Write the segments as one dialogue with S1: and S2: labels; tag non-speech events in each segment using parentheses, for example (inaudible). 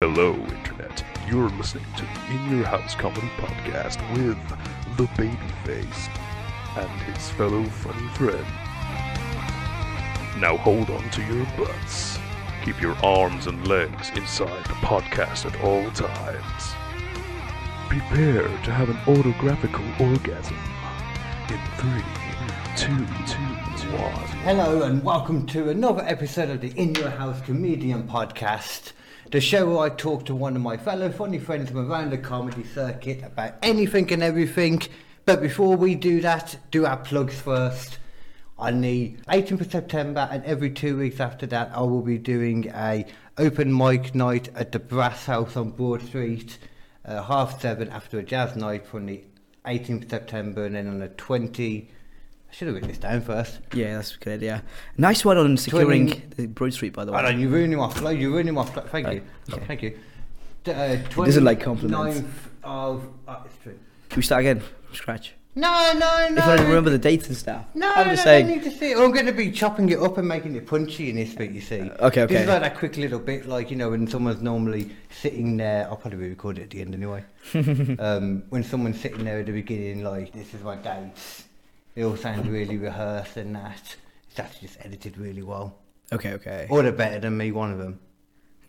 S1: Hello, Internet. You're listening to the In Your House Comedy Podcast with the Babyface and his fellow funny friend. Now hold on to your butts. Keep your arms and legs inside the podcast at all times. Prepare to have an autographical orgasm in three, two, two, one.
S2: Hello and welcome to another episode of the In Your House Comedian Podcast, the show where I talk to one of my fellow funny friends from around the comedy circuit about anything and everything. But before we do that, do our plugs first. On the 18th of September and every two weeks after that, I will be doing a open mic night at the Brass House on Broad Street, uh, half seven after a jazz night from the 18th of September, and then on the 20. I should have written this down first.
S3: Yeah, that's a good idea. Nice one on securing
S2: Twenty-
S3: the Broad Street, by the
S2: Hold
S3: way.
S2: on, you're ruining my flow. You're ruining my flow. Thank you.
S3: Uh, okay.
S2: Thank you. D- uh,
S3: doesn't like compliments.
S2: 29th of. Uh, it's true.
S3: Can we start again from scratch?
S2: No, no, no.
S3: If I remember the dates and stuff.
S2: No,
S3: I'm
S2: no,
S3: just
S2: no,
S3: saying.
S2: I need to see it. I'm going to be chopping it up and making it punchy in this bit, you see.
S3: okay,
S2: This
S3: okay.
S2: is like that quick little bit, like, you know, when someone's normally sitting there. I'll probably record it at the end (laughs) anyway. um, when someone's sitting there at the beginning, like, this is my dates. It all sounds really rehearsed and that. It's actually just edited really well.
S3: Okay, okay.
S2: Or they're better than me, one of them.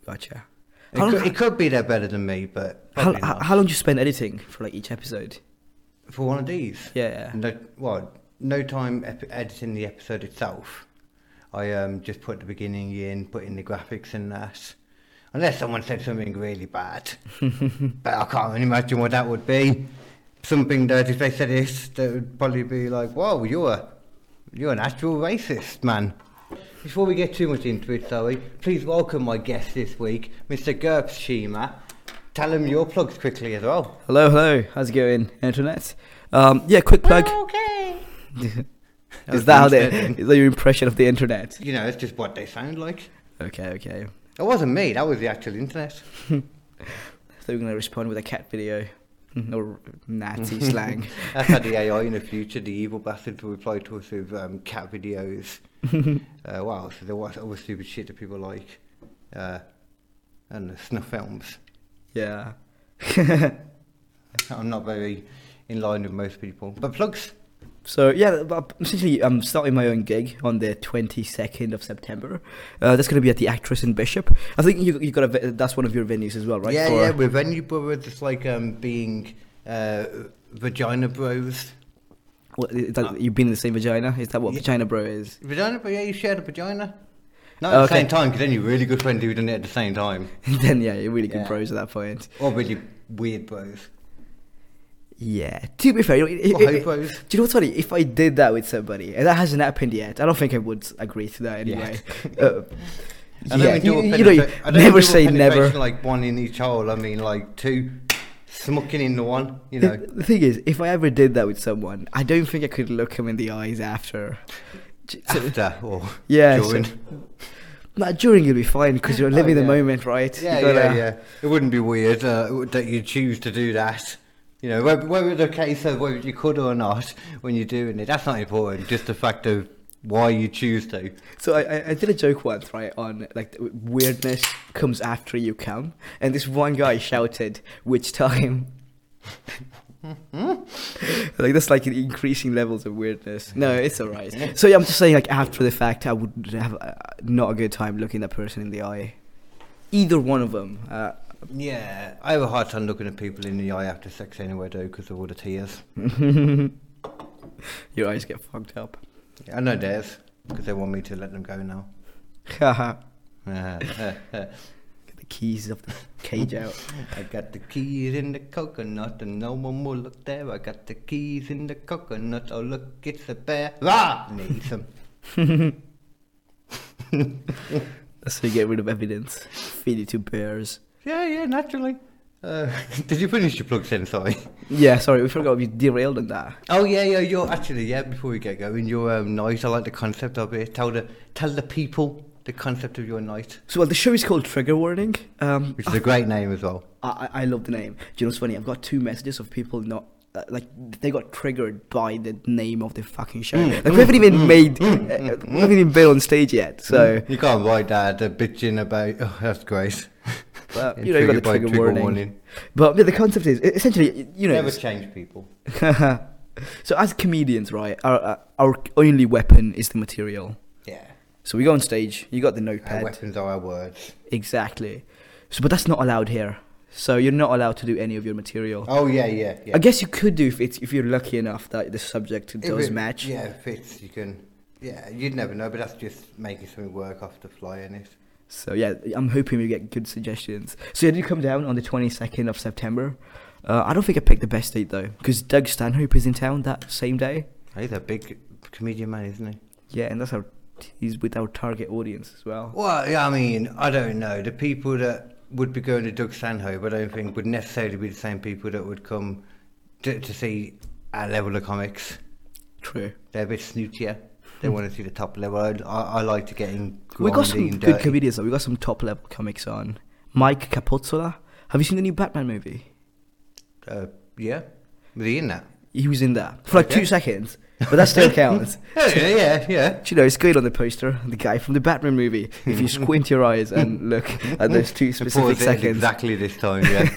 S3: Gotcha.
S2: It
S3: How,
S2: could,
S3: long,
S2: it could be they're better than me, but
S3: how,
S2: probably
S3: how,
S2: not.
S3: how long do you spend editing for like each episode?
S2: for one of these.
S3: Yeah.
S2: No, well, no time ep- editing the episode itself. I um, just put the beginning in, put in the graphics and that. Unless someone said something really
S3: (laughs)
S2: bad, but I can't really imagine what that would be. Something that if they said this, that would probably be like, "Whoa, you're a, you're an actual racist, man." Before we get too much into it, sorry, please welcome my guest this week, Mr. Gerb Shima. Tell him your plugs quickly as well.
S3: Hello, hello. How's it going, internet? Um, yeah, quick plug.
S2: Okay.
S3: (laughs) Is that how they,
S2: Internet.
S3: is that your impression of the internet?
S2: You know, it's just what they sound like.
S3: Okay, okay.
S2: It wasn't me, that was the actual internet.
S3: So we're gonna respond with a cat video (laughs)
S2: (laughs)
S3: or natty slang.
S2: That's how the AI in the future, the evil bastards will reply to us with um, cat (laughs) videos. uh, wow, so there was other stupid shit that people like. Uh, and the snuff films.
S3: Yeah.
S2: I'm not very in line with most people. But plugs,
S3: So yeah, but essentially I'm starting my own gig on the 22nd of September. Uh, that's going to be at the Actress and Bishop. I think you you got a, ve- that's one of your venues as well, right?
S2: yeah,
S3: For-
S2: yeah, with any brothers, it's like um, being uh, vagina bros.
S3: What, is that- you've been in the same vagina. Is that what
S2: Uh, Yeah.
S3: vagina bro is? (laughs)
S2: Vagina, but yeah, you shared a vagina. Not at
S3: Okay.
S2: the same time, because then you're really good friends who done it at the same time.
S3: then yeah, you're really good
S2: Yeah.
S3: bros at that point.
S2: Or really weird bros.
S3: Yeah. To be fair, you know, it-
S2: Or
S3: it- it-
S2: hobos.
S3: do you know what's funny? If I did that with somebody, and that hasn't happened yet, I don't think I would agree to that
S2: (laughs)
S3: anyway. Uh,
S2: I don't
S3: yeah,
S2: mean double
S3: you, you know,
S2: penetra- I don't mean
S3: never
S2: double
S3: say never.
S2: penetration Like one in each hole. I mean, like two smucking in the one. You know,
S3: (laughs) The- The thing is, if I ever did that with someone, I don't think I could look him in the eyes after. J- so-
S2: after or
S3: yeah, so-
S2: during.
S3: Nah, during you'll be fine because you're living
S2: Oh, yeah.
S3: the moment, right?
S2: yeah,
S3: You
S2: yeah,
S3: gotta-
S2: yeah. It wouldn't be weird uh, that you choose to do that. You know, whether, whether the case of whether you could or not when you're doing it, that's not important. Just the fact of why you choose to.
S3: So I, I, I did a joke once, right, on like the weirdness comes after you come, and this one guy shouted, "Which time?" (laughs) like that's like increasing levels of weirdness. No, it's alright. So yeah, I'm just saying, like after the fact, I would have uh, not a good time looking that person in the eye. Either one of them. Uh,
S2: Yeah, I have a hard time looking at people in the eye after sex anyway, though, because of all the tears.
S3: (laughs) your eyes get fucked up.
S2: I know theirs because they want me to let them go now.
S3: Haha.
S2: (laughs) I
S3: (laughs) get the keys of the cage (laughs) out.
S2: got the keys in the coconut and no one will look there. I got the keys in the coconut. Oh look, it's a bear. Ah, Rah! Needs them.
S3: That's how you get rid of evidence. Feed it to bears.
S2: Yeah, yeah, naturally. Uh, (laughs) did you finish your plug then? Sorry.
S3: Yeah, sorry, we forgot we derailed on that.
S2: Oh yeah, yeah. You're actually yeah. Before we get going, your um, night. I like the concept of it. Tell the tell the people the concept of your night,
S3: So well, the show is called Trigger Warning. Um,
S2: which is a great name as well.
S3: I, I, I love the name. Do you know what's funny? I've got two messages of people not. Uh, like they got triggered by the name of the fucking show. like we haven't even made, uh, we haven't even been on stage yet. So
S2: You can't write that. The bitching about. Oh, that's great.
S3: But
S4: And
S3: (laughs) you know, you got the
S4: triggered by
S3: Mm. trigger, warning. But yeah, the concept is e-, essentially, you know,
S2: Never
S3: it's-
S2: change people.
S3: (laughs) so as comedians, right, our uh, our only weapon is the material.
S2: Yeah.
S3: So we go on stage. You got the
S2: Our
S3: notepad.
S2: weapons are our words.
S3: Exactly. So, but that's not allowed here. So you're not allowed to do any of your material.
S2: Oh yeah, yeah, yeah.
S3: I guess you could do if it's if you're lucky enough that the subject
S2: If
S3: does
S2: it-
S3: match.
S2: Yeah, if it's you can. Yeah, you'd never know, but that's just making something work off the fly, and it.
S3: So yeah, I'm hoping we get good suggestions. So yeah, do come down on the 22nd of September. Uh, I don't think I picked the best date though, because Doug Stanhope is in town that same day.
S2: He's a big comedian man, isn't he?
S3: Yeah, and that's our he's with our target audience as well.
S2: Well, yeah, I mean, I don't know. The people that would be going to Doug Stanhope, I don't think would necessarily be the same people that would come to, to see our level of comics.
S3: True.
S2: They're a bit snootier. They want to see the top level. I, I, I like to get in.
S3: We Hmm. got
S2: grindy
S3: some
S2: and
S3: good
S2: dirty.
S3: comedians though. We got some top level comics on. Mike Capozzola. Have you seen the new Batman movie?
S2: Uh, yeah, was he in that?
S3: He was in that for like
S2: Okay.
S3: two seconds, but
S2: (laughs)
S3: that (laughs) still counts.
S2: Yeah, yeah, yeah, yeah.
S3: Do You know, it's good on the poster, the guy from the Batman movie. If (laughs) you squint your eyes and look at those two
S2: The pause
S3: specific
S2: is
S3: seconds.
S2: Exactly this time,
S3: (laughs)
S2: yeah.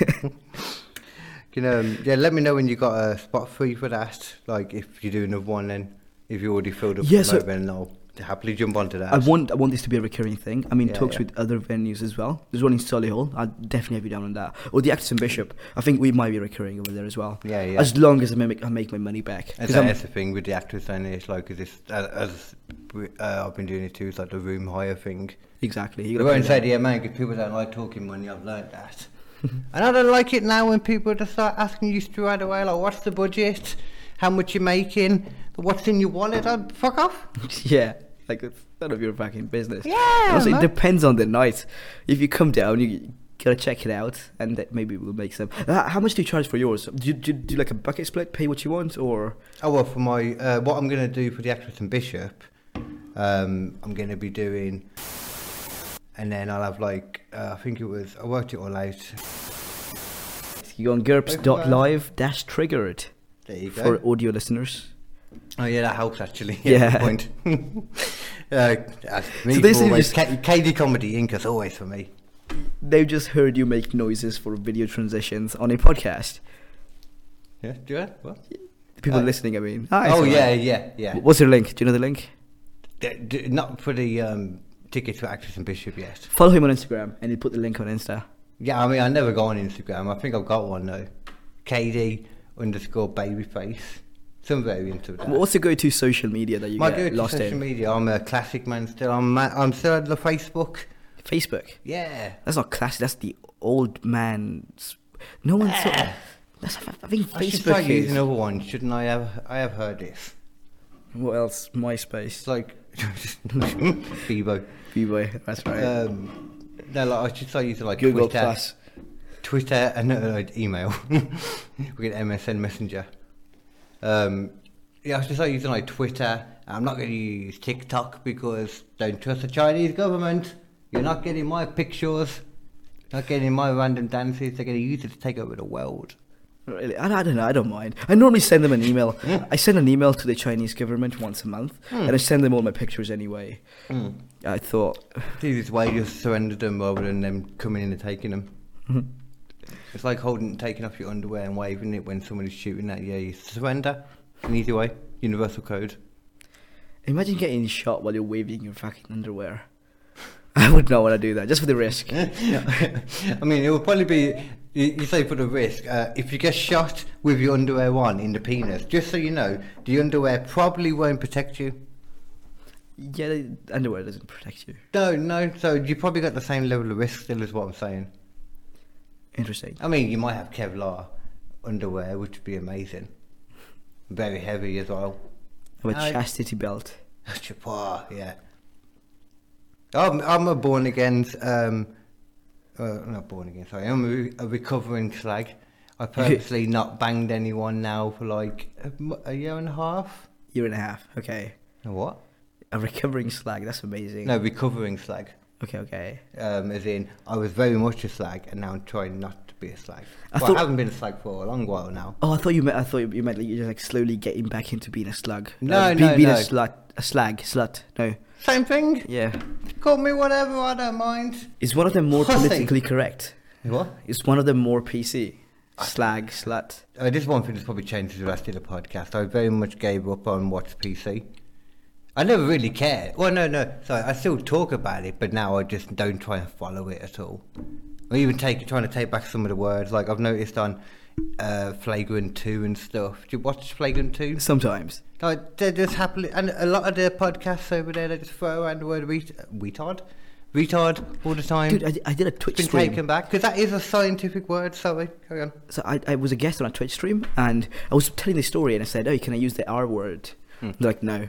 S2: you know, um, yeah. Let me know when you got a spot free for that. Like if you do another one, then if you already filled up,
S3: Yeah,
S2: yeah,
S3: so-
S2: then I'll happily jump onto that.
S3: I want I want this to be a recurring thing. I mean,
S2: Yeah,
S3: talks
S2: yeah.
S3: with other venues as well. There's one in Solihull. I'd definitely have you down on that. Or the Acton Bishop. I think we might be recurring over there as well.
S2: Yeah, yeah.
S3: As long as I make, I make my money back.
S2: And
S3: 'Cause
S2: that-
S3: I'm-
S2: that's the thing with the actors and it's like 'cause it's uh, as we- uh, I've been doing it too. It's like the room hire thing.
S3: exactly.
S2: You
S3: gotta
S2: won't
S3: pay
S2: say
S3: that.
S2: the amount because people don't like talking money. I've learned that, (laughs) and I don't like it now when people just start asking you straight away, like, "What's the budget? How much you making? What's in your wallet?" I'd fuck off.
S3: (laughs) yeah. Like, it's none of your fucking business.
S2: Yeah,
S3: Also, it
S2: man.
S3: depends on the night. If you come down, you gotta check it out, and that maybe we'll make some. Uh, how much do you charge for yours? Do you, do you do like a bucket split, pay what you want, or
S2: Oh well, for my uh, what I'm going to do for the actress and bishop, um, I'm going to be doing, and then I'll have like uh, I think it was I worked it all out.
S3: you go on GURPS.live dash triggered
S2: There you go.
S3: for audio listeners?
S2: Oh yeah, that helps actually. (laughs)
S3: Yeah.
S2: good point.
S3: (laughs)
S2: uh, that's me
S3: So this
S2: for
S3: is
S2: always
S3: just-
S2: K- KD comedy Inc. is always for me.
S3: They've just heard you make noises for video transitions on a podcast.
S2: Yeah, do you? What?
S3: The people
S2: Uh,
S3: listening, I mean. Ah, it's
S2: oh
S3: alright.
S2: yeah, yeah, yeah.
S3: What's your link? Do you know the link?
S2: D- d- not for the um, tickets for actress and bishop yet.
S3: Follow him on Instagram, and he put the link on Insta.
S2: Yeah, I mean I never go on Instagram. I think I've got one though. KD underscore babyface. Some variant of that.
S3: What's the go-to social media that you
S2: My
S3: get
S2: good
S3: lost
S2: social
S3: in?
S2: media. I'm a classic man still. I'm ma- I'm still on the Facebook.
S3: Facebook.
S2: Yeah.
S3: That's not classic. That's the old man's. No one. Saw, that's I think
S2: Ah. I should start
S3: Facebook is.
S2: using another one, shouldn't I? Have I have heard this?
S3: what else? MySpace.
S2: It's like (laughs) Bebo.
S3: V-boy. That's right.
S2: Um, no, like I should start using like
S3: Google
S2: Twitter,
S3: Plus.
S2: Twitter, and no, no, no, email. (laughs) we get MSN Messenger. Um, yeah, I should start using like Twitter. I'm not going to use TikTok because don't trust the Chinese government. You're not getting my pictures. Not getting my random dances. They're going to use it to take over the world.
S3: Really, I, I don't know. I don't mind. I normally send them an email. I send an email to the Chinese government once a month,
S2: Hmm.
S3: and I send them all my pictures anyway. I thought (sighs)
S2: It's the easiest way you surrender them rather than them coming in and taking them. it's like holding, taking off your underwear and waving it when someone is shooting at you. You surrender. It's an easy way. Universal code.
S3: Imagine getting shot while you're waving your fucking underwear. (laughs) I would not want to do that, just for
S2: (laughs)
S3: the risk.
S2: I mean, it will probably be. You, you say for the risk. Uh, if you get shot with your underwear on in the penis, just so you know, the underwear probably won't protect you.
S3: Yeah, the underwear doesn't protect you.
S2: No, no. So you probably got the same level of risk still, is what I'm saying.
S3: Interesting.
S2: I mean, you might have Kevlar underwear, which would be amazing. Very heavy as well.
S3: I have a
S2: I-
S3: chastity belt.
S2: Chapa, yeah. I'm, I'm a born again, um, uh, not born again, sorry, I'm a, re- a recovering slag.
S3: (laughs)
S2: I purposely not banged anyone now for like a, m- a year and a half.
S3: Year and a half. Okay.
S2: No, What?
S3: A recovering slag. That's amazing.
S2: No, recovering slag.
S3: Okay, okay.
S2: Um, as in, I was very much a slag and now I'm trying not to be a slag.
S3: I
S2: well,
S3: thought-
S2: I haven't been a slag for a long while now.
S3: Oh, I thought you meant. I thought you meant like you're just like slowly getting back into being a slug.
S2: No,
S3: Uh, be-
S2: no,
S3: being a
S2: no.
S3: slut, a slag, slut. No.
S2: Same thing,
S3: Yeah.
S2: call me whatever, I don't mind.
S3: Is one of them
S2: (laughs)
S3: more
S2: Hussy.
S3: politically correct?
S2: What?
S3: It's one of the more PC. Slag, slut.
S2: Uh, this is one thing that's probably changed since the last did the podcast. I very much gave up on what's PC. I never really cared. Well, no, no, sorry. I still talk about it, but now I just don't try and follow it at all. Or even take trying to take back some of the words. Like I've noticed on uh, Flagrant Two and stuff. Do you watch Flagrant Two?
S3: Sometimes.
S2: Like they just happily, and a lot of the podcasts over there, they just throw around the word ret- retard, retard all the time.
S3: Dude, I, di- I did a Twitch
S2: been
S3: stream.
S2: taken back because that is a scientific word. Sorry, carry on.
S3: so I, I was a guest on a Twitch stream and I was telling the story and I said, "Oh, can I use the R word?"
S2: Hmm.
S3: They're like, "No."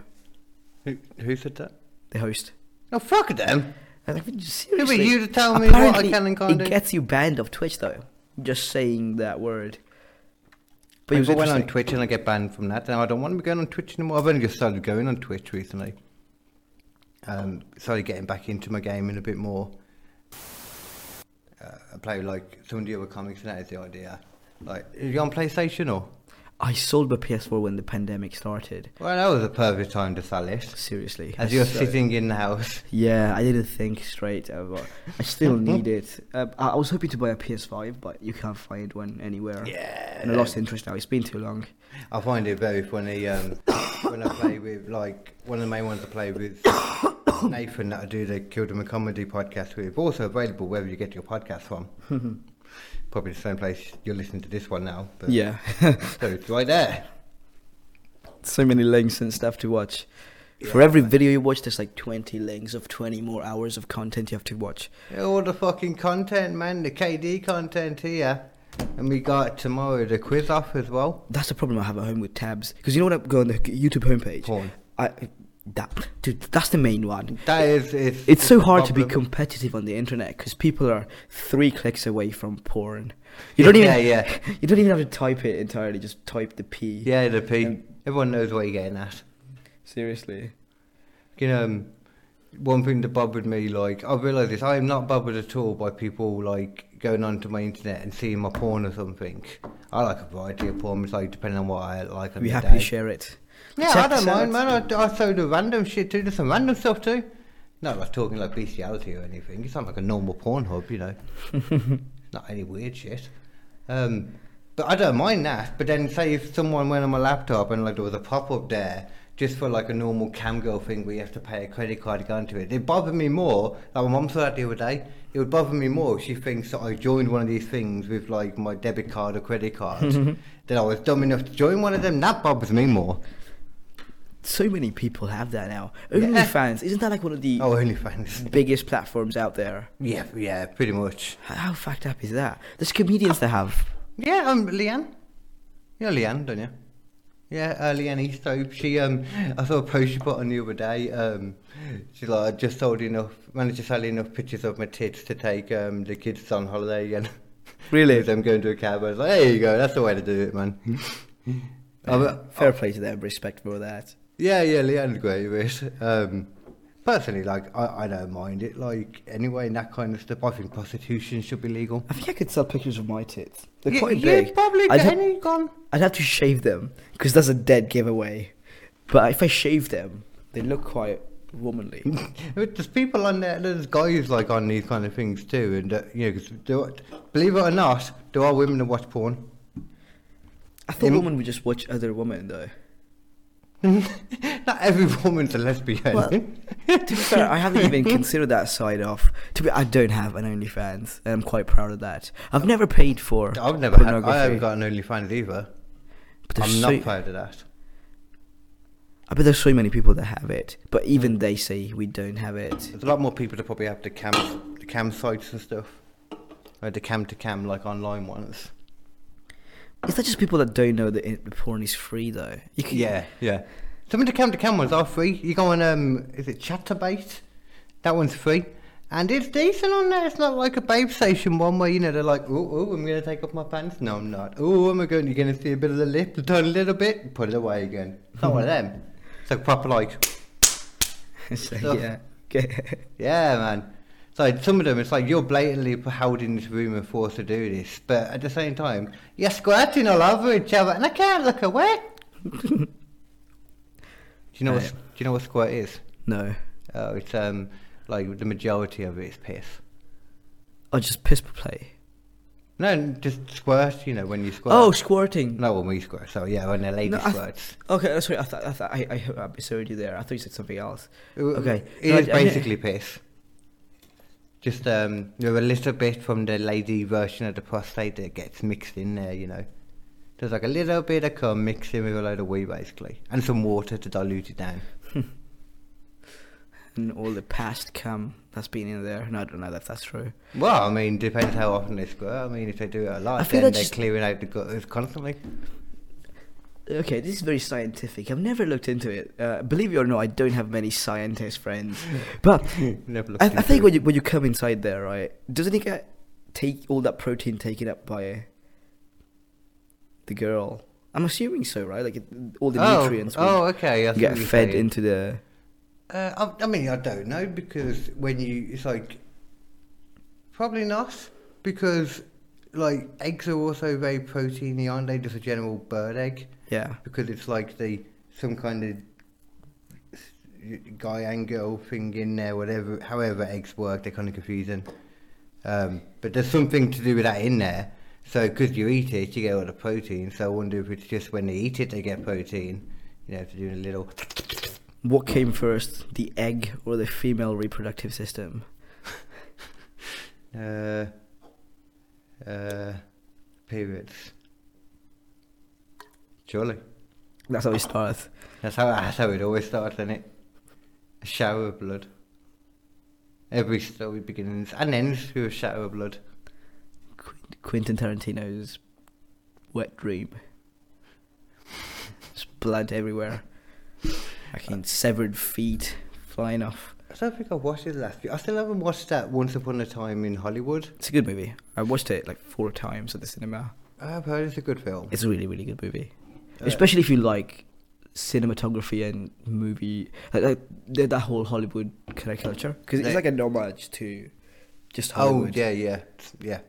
S2: Who, who said that?
S3: The host.
S2: No, Oh, fuck them.
S3: I'm like, seriously.
S2: you to tell me what I can and can't
S3: it
S2: do?
S3: gets you banned off Twitch though. Just saying that word. But it
S2: I
S3: was
S2: go went on
S3: interesting.
S2: Twitch and I get banned from that. Now I don't want to be going on Twitch anymore. I've only just started going on Twitch recently. Um, started getting back into my gaming a bit more. Uh, I play like some of the other comics, and that is the idea. Like, are you on PlayStation or?
S3: I sold my PS4 when the pandemic started.
S2: Well, that was a perfect time to sell it.
S3: Seriously.
S2: As you're
S3: So-
S2: sitting in the
S3: (laughs)
S2: house.
S3: Yeah, I didn't think straight. uh, but
S2: (laughs)
S3: I still need it. Um, I I was hoping to buy a PS5, but you can't find one anywhere.
S2: Yeah.
S3: And I lost interest now. It's been too long.
S2: I find it very funny um, when I play with like one of the main ones I play with Nathan that I do the Kildom and Comedy podcast with. Also available wherever you get your podcast
S3: (laughs)
S2: from. Probably the same place you're listening to this one now. But (laughs)
S3: (laughs) Yeah.
S2: So it's right there.
S3: so many links and stuff to watch. For every video you watch, there's like 20 links of 20 more hours of content you have to watch.
S2: All the fucking content, man. The KD content here. And we got tomorrow the quiz off as well.
S3: That's the problem I have at home with tabs. Because you know when I go on the YouTube homepage,
S2: Porn.
S3: I that dude, that's the main one.
S2: That is, is
S3: It's so
S2: the
S3: hard to be
S2: problem.
S3: competitive on the internet because people are three clicks away from porn. You don't even
S2: Yeah, yeah.
S3: (laughs) you don't even have to type it entirely. Just type the P.
S2: Yeah, the P. Everyone knows what you're getting at.
S3: Seriously.
S2: You know, um, one thing that bothered me, like, I realise this, I am not bothered at all by people, like, going onto my internet and seeing my porn or something. I like a variety of porn, it's like, depending on what I like on
S3: We
S2: the
S3: happily
S2: day.
S3: share it.
S2: Yeah,
S3: Check
S2: I don't
S3: this
S2: mind,
S3: out.
S2: man. I, I throw the random shit too, there's some random stuff too. Not like talking like bestiality or anything. It's not like a normal porn hub, you know. (laughs) not any weird shit. Um, but I don't mind that. But then, say if someone went on my laptop and like there was a pop up there just for like a normal cam girl thing where you have to pay a credit card to go into it, it bothered me more. Like my mum saw that the other day. It would bother me more if she thinks that I joined one of these things with like my debit card or credit (laughs) card. that I was dumb enough to join one of them. That bothers me more.
S3: So many people have that now.
S2: Yeah.
S3: OnlyFans isn't that like one of the
S2: Oh, OnlyFans.
S3: biggest platforms out there?
S2: Yeah, yeah, pretty much.
S3: How, how fucked up is that? There's comedians that have.
S2: Yeah, um, Leanne. You know Leanne, don't you? Yeah, uh, Leanne Eastope. She, um, I saw a post she put on the other day. Um, she's like, I just sold enough, managed to sell enough pictures of my tits to take um, the kids on holiday (laughs) again.
S3: Really?
S2: With them going to a cab. I was like, there you go, that's the way to do it, man.
S3: Oh,
S2: Uh, but-
S3: Fair play to them, respect for that.
S2: Yeah, yeah, Leanne's great with it. Um, personally, like, I, I don't mind it. Like, anyway, and that kind of stuff. I think prostitution should be legal.
S3: I think I could sell pictures of my tits. They're
S2: You-
S3: quite
S2: you
S3: big.
S2: probably
S3: I'd,
S2: got
S3: ha-
S2: any gone.
S3: I'd have to shave them because that's a dead giveaway. But if I shave them, they look quite womanly.
S2: But There's people on there, there's guys like on these kind of things too, and uh, you know, 'cause there- believe it or not, there are women that watch porn. (laughs)
S3: I thought
S2: Mm.
S3: women would just watch other women though.
S2: not every woman's a lesbian.
S3: Well, (laughs) to be fair, I haven't even considered that side of. To be, I don't have an OnlyFans, and I'm quite proud of that. I've never paid for.
S2: I've never had, I
S3: pornography,
S2: haven't got an OnlyFans either.
S3: but
S2: I'm
S3: there's
S2: not
S3: so-
S2: proud of that.
S3: I bet there's so many people that have it, but even they say we don't have it.
S2: There's a lot more people that probably have the cam, the cam sites and stuff, like the cam to cam, like online ones.
S3: Is that just people that don't know that it, porn is free though? You can, (laughs)
S2: Yeah, yeah. Some of the cam to cam ones are free. You go on, um, is it Chatterbait? That one's free. And it's decent on there. It's not like a babe station one where, you know, they're like, ooh, ooh, I'm going to take off my pants. No, I'm not. Ooh, am I going? You're going to see a bit of the lip, turn a little bit, put it away again. It's not one of them. It's like proper, like,
S3: So,
S2: Stuff.
S3: yeah. Okay.
S2: yeah, man. It's like some of them, it's like you're blatantly held in this room and forced to do this. But at the same time, you're squirting all over each other and I can't look away. (laughs) do, you know what,
S3: Right.
S2: do you know what squirt is?
S3: no.
S2: Oh, it's um like the majority of it is piss.
S3: I just piss play.
S2: No, and just squirt, you know, when you squirt.
S3: Oh, squirting.
S2: No, when we squirt. So, yeah, when a lady
S3: No, I-
S2: squirts.
S3: Okay, that's right. I thought I, thought, I, I heard- I misheard you there. I thought you said something else. Okay.
S2: It
S3: No,
S2: is
S3: I- I-
S2: basically piss. Just um, you know, a little bit from the lady version of the prostate that gets mixed in there, you know. There's like a little bit of cum mixed in with a load of wee, basically. And some water to dilute it down.
S3: and all the past cum that's been in there. No, I don't know if that's true.
S2: Well, I mean, depends how often they squirt. I mean, if they do it a lot,
S3: I feel
S2: then
S3: like
S2: they're
S3: just-
S2: clearing out the gutters constantly. (laughs)
S3: Okay, this is very scientific. I've never looked into it. Uh, believe it or not, I don't have many scientist friends. But
S2: Never looked
S3: I, I
S2: into
S3: think
S2: it.
S3: when you when you come inside there, right, doesn't it get take all that protein taken up by the girl? I'm assuming so, right? Like it, all the
S2: oh,
S3: nutrients will
S2: Oh, okay. I see
S3: get
S2: what you're
S3: fed
S2: saying.
S3: into the.
S2: Uh, I, I mean, I don't know because when you, it's like probably not because like eggs are also very proteiny, aren't they? Just a general bird egg
S3: Yeah.
S2: because it's like the some kind of s- guy and girl thing in there, whatever. However, eggs work, they're kind of confusing. Um, but there's something to do with that in there. So because you eat it, you get all the protein. So I wonder if it's just when they eat it, they get protein. You know, to do a little.
S3: What came first, the egg or the female reproductive system?
S2: Uh, uh, periods. Surely.
S3: That's how we start.
S2: That's how that's how it always starts, isn't it? A shower of blood. Every story begins and ends with a shower of blood.
S3: Qu- Quentin Tarantino's wet dream. There's blood everywhere. Fucking severed feet flying off.
S2: I don't think I watched it the last few. I still haven't watched that Once Upon a Time in Hollywood.
S3: It's a good movie. I watched it like four times at the cinema.
S2: I've heard it's a good film.
S3: It's a really, really good movie.
S2: Uh,
S3: Especially if you like cinematography and movie, like, like th- that whole Hollywood kind of culture. Because
S2: They-
S3: it's like a homage to just
S2: Oh
S3: Hollywood.
S2: yeah, yeah, yeah.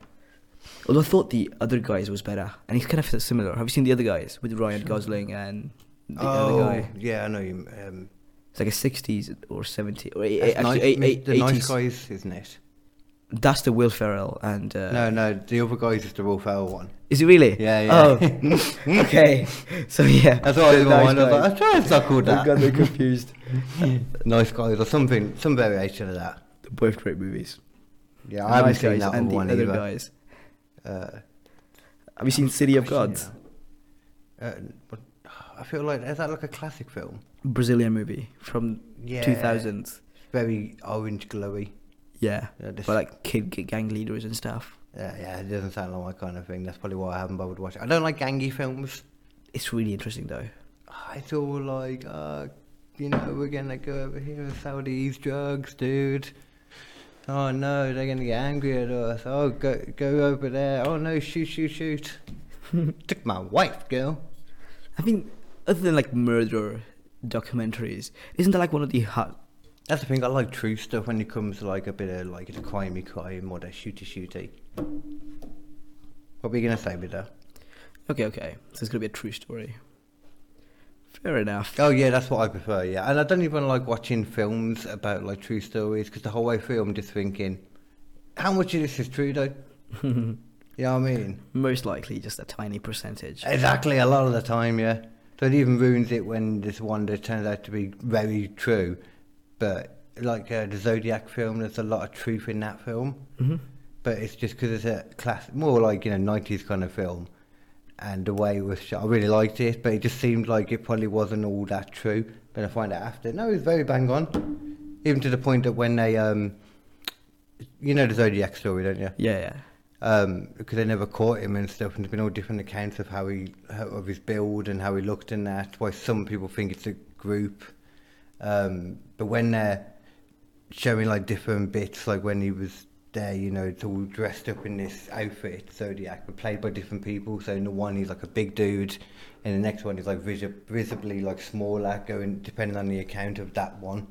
S3: Although I thought the other guys was better, and he's kind of similar. Have you seen the other guys with Ryan Gosling and the
S2: oh
S3: other guy?
S2: yeah, I know you. Um,
S3: It's like a sixties or seventy or
S2: that's
S3: eight,
S2: nice,
S3: actually eight, eight,
S2: the
S3: 80s.
S2: nice guys, isn't it?
S3: That's the Will Ferrell and uh,
S2: no, no, the other guys is the Will Ferrell one.
S3: is it really? (laughs)
S2: Yeah, (laughs) yeah.
S3: Oh, okay. So yeah,
S2: That's what I
S3: the
S2: was
S3: nice
S2: going on. I was like,
S3: guys.
S2: I'm sure it's not called
S3: I've got them
S2: that.
S3: confused.
S2: (laughs) nice guys or something, some variation of that.
S3: They're (laughs) both great movies.
S2: Yeah,
S3: The
S2: I haven't
S3: Nice
S2: seen
S3: Guys
S2: that
S3: and
S2: other one
S3: the other
S2: either.
S3: guys.
S2: Uh,
S3: Have you seen City of
S2: I've seen that.
S3: Gods?
S2: Uh, but I feel like is that like a classic film?
S3: Brazilian movie from
S2: Yeah.
S3: two thousands.
S2: Very orange glowy.
S3: Yeah,
S2: Yeah, this-
S3: but like kid g- gang leaders and stuff.
S2: Uh, yeah, it doesn't sound like my kind of thing. That's probably why I haven't bothered watching. I don't like gangy films.
S3: It's really interesting though.
S2: Ah, It's all like, uh, you know, we're gonna go over here and sell these drugs, dude. Oh no, they're gonna get angry at us. Oh, go go over there. Oh no, shoot, shoot, shoot. Took my wife, girl.
S3: I mean, other than like murder documentaries, isn't that like one of the hot?
S2: That's the thing. I like true stuff when it comes to like a bit of like the crimey crime or the shooty shooty. What were you gonna say, with that?
S3: Okay, okay, so it's gonna be a true story. Fair enough.
S2: Oh yeah, that's what I prefer. Yeah, and I don't even like watching films about like true stories because the whole way through I'm just thinking, how much of this is true though? you know what I mean?
S3: Most likely, just a tiny percentage.
S2: Exactly. A lot of the time, yeah. So it even ruins it when this one that turns out to be very true, but like uh, the Zodiac film, there's a lot of truth in that film.
S3: hmm
S2: but it's just because it's a class, more like you know '90s kind of film, and the way it was shot, I really liked it. But it just seemed like it probably wasn't all that true. Then I find out after, no, it was very bang on, even to the point that when they, um, you know, the Zodiac story, don't you?
S3: Yeah, yeah.
S2: Um, because they never caught him and stuff, and there's been all different accounts of how he how, of his build and how he looked and that. Why some people think it's a group, um, but when they're showing like different bits, like when he was there, you know, it's all dressed up in this outfit, Zodiac, but played by different people. So in the one he's like a big dude, and the next one he's like visi- visibly like smaller, going depending on the account of that one.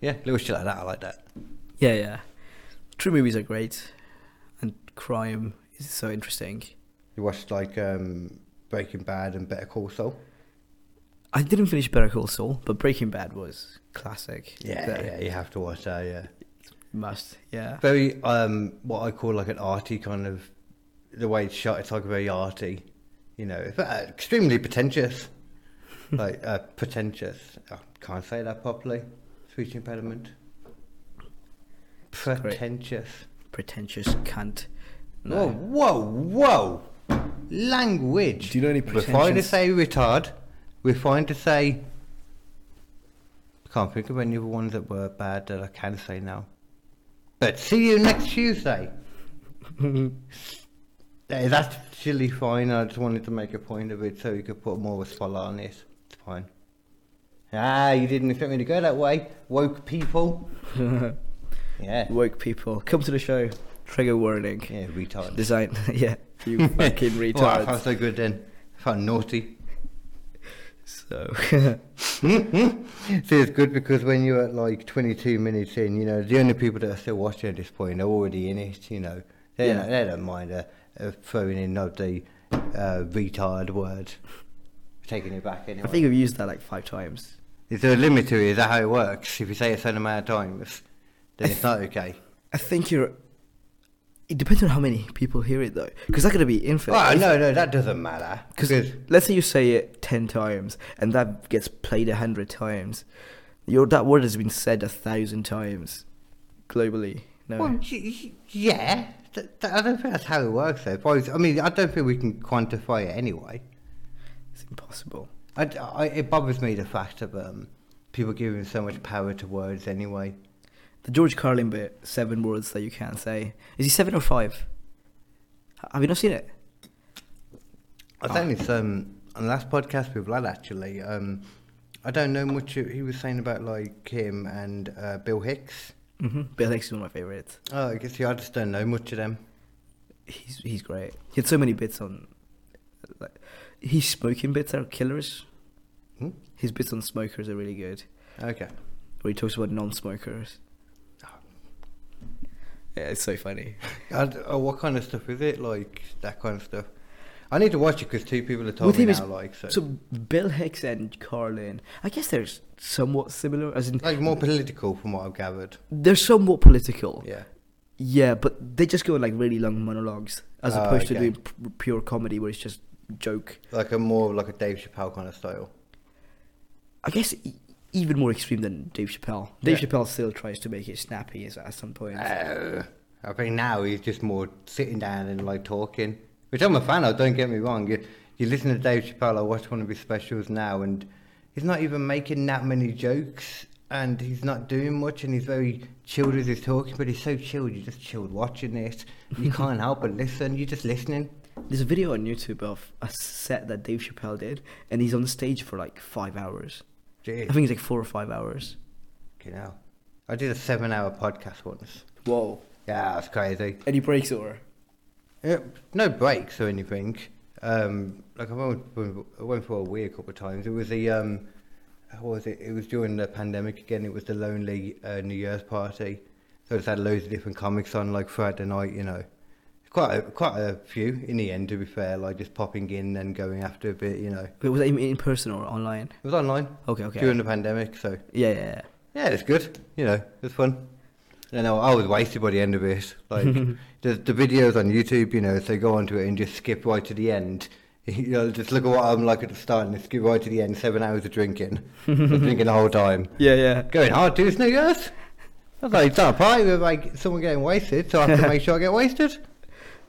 S2: Yeah, little shit like that. I like that.
S3: Yeah, yeah. True movies are great, and crime is so interesting.
S2: You watched like um, Breaking Bad and Better Call Saul.
S3: I didn't finish Better Call Saul, but Breaking Bad was classic.
S2: Yeah,
S3: That-
S2: yeah, you have to watch that. Yeah,
S3: must. Yeah,
S2: very um, what I call like an arty kind of the way it's shot, it's like very arty, you know, but uh, extremely (laughs) pretentious. like uh, pretentious. I can't say that properly. Speech impediment.
S3: great.
S2: Pretentious.
S3: Pretentious cunt. (laughs)
S2: Whoa,
S3: No.
S2: whoa, whoa! Language.
S3: Do you know any
S2: We're fine to
S3: pretentious-
S2: say retard. We're fine to say. I can't think of any other ones that were bad that I can say now. But see you next Tuesday. That is actually fine. I just wanted to make a point of it so you could put more of a spotlight on it. It's fine. Ah, you didn't expect me to go that way. Woke people. yeah.
S3: Woke people, come to the show. Trigger warning.
S2: Yeah, retard.
S3: Design. yeah.
S2: (laughs)
S3: You (laughs) fucking
S2: Oh, I
S3: retards.
S2: felt so good then. I felt naughty.
S3: so. (laughs)
S2: (laughs) See, it's good because when you're at like 22 minutes in, you know, the only people that are still watching at this point are already in it, you know. They,
S3: Yeah.
S2: don't, they don't mind uh, uh, throwing in of the uh, retard word. Taking it back anyway.
S3: I think we've used that like five times.
S2: Is there a limit to it? Is that how it works? If you say it a certain amount of times, then it's not
S3: (laughs)
S2: okay.
S3: I think you're. It depends on how many people hear it though, because that could be infinite.
S2: Oh,
S3: If-
S2: no, no, that doesn't matter.
S3: Because let's say you say it ten times, and that gets played a hundred times. Your that word has been said a thousand times, globally. No.
S2: Well, y- y- yeah. Th- th- I don't think that's how it works, though. Boys, I mean, I don't think we can quantify it anyway.
S3: It's impossible.
S2: I, I, it bothers me the fact of um, people giving so much power to words anyway.
S3: The George Carlin bit, seven words that you can't say. Is he seven or five? H- Have you not seen it? Ah.
S2: I think it's um, on the last podcast with Lad actually. Um, I don't know much of- he was saying about like him and uh, Bill Hicks.
S3: Mm-hmm. Bill Hicks is one of my favorites.
S2: Oh, I guess yeah, I just don't know much of them.
S3: He's he's great. He had so many bits on. Like, his smoking bits are killers.
S2: Hmm?
S3: His bits on smokers are really good.
S2: Okay.
S3: Where he talks about non-smokers. Ah. Yeah, it's so funny. (laughs)
S2: And, oh, what kind of stuff is it? Like that kind of stuff. I need to watch it because two people have told
S3: With
S2: me
S3: him
S2: now.
S3: is
S2: like so,
S3: So Bill Hicks and Carlin, I guess they're somewhat similar. As in,
S2: like more political from what I've gathered.
S3: they're somewhat political.
S2: Yeah.
S3: Yeah, but they just go on like really long monologues, as
S2: Ah,
S3: opposed to
S2: okay.
S3: doing p- pure comedy where it's just joke.
S2: Like a more like a Dave Chappelle kind of style.
S3: I guess e- even more extreme than Dave Chappelle. Dave
S2: Yeah.
S3: Chappelle still tries to make it snappy as- at some point.
S2: Uh, I think now he's just more sitting down and like talking, which I'm a fan of. Don't get me wrong. You, you listen to Dave Chappelle. I watch one of his specials now, and he's not even making that many jokes, and he's not doing much, and he's very chilled as he's talking. But he's so chilled. You're just chilled watching it. You can't help but listen. You're just listening.
S3: There's a video on YouTube of a set that Dave Chappelle did, and he's on stage for like five hours. I
S2: Jeez,
S3: think it's like four or five hours.
S2: you know. I did a seven-hour podcast once.
S3: Whoa!
S2: Yeah, that's crazy.
S3: And he breaks or
S2: Yeah, Uh, no breaks or anything. Um, like I went, I went for a wee a couple of times. It was the um, what was it? It was during the pandemic again. It was the lonely uh, New Year's party. So it's had loads of different comics on like throughout the night. You know, quite a, quite a few in the end. To be fair, like just popping in and going after a bit. You know, it
S3: Wait, was that in, in person or online?
S2: was online
S3: Okay, okay.
S2: during the pandemic. So
S3: yeah, yeah, yeah.
S2: yeah, it's good. You know, it's fun. You know, I was wasted by the end of it. Like the the videos on YouTube, you know, so go onto it and just skip right to the end. (laughs) You know, just look at what I'm like at the start and skip right to the end. Seven hours of drinking, Just drinking the whole time.
S3: Yeah, yeah.
S2: Going hard to New Year's. I was like, it's not a party with like someone getting wasted, so I have to make sure I get wasted.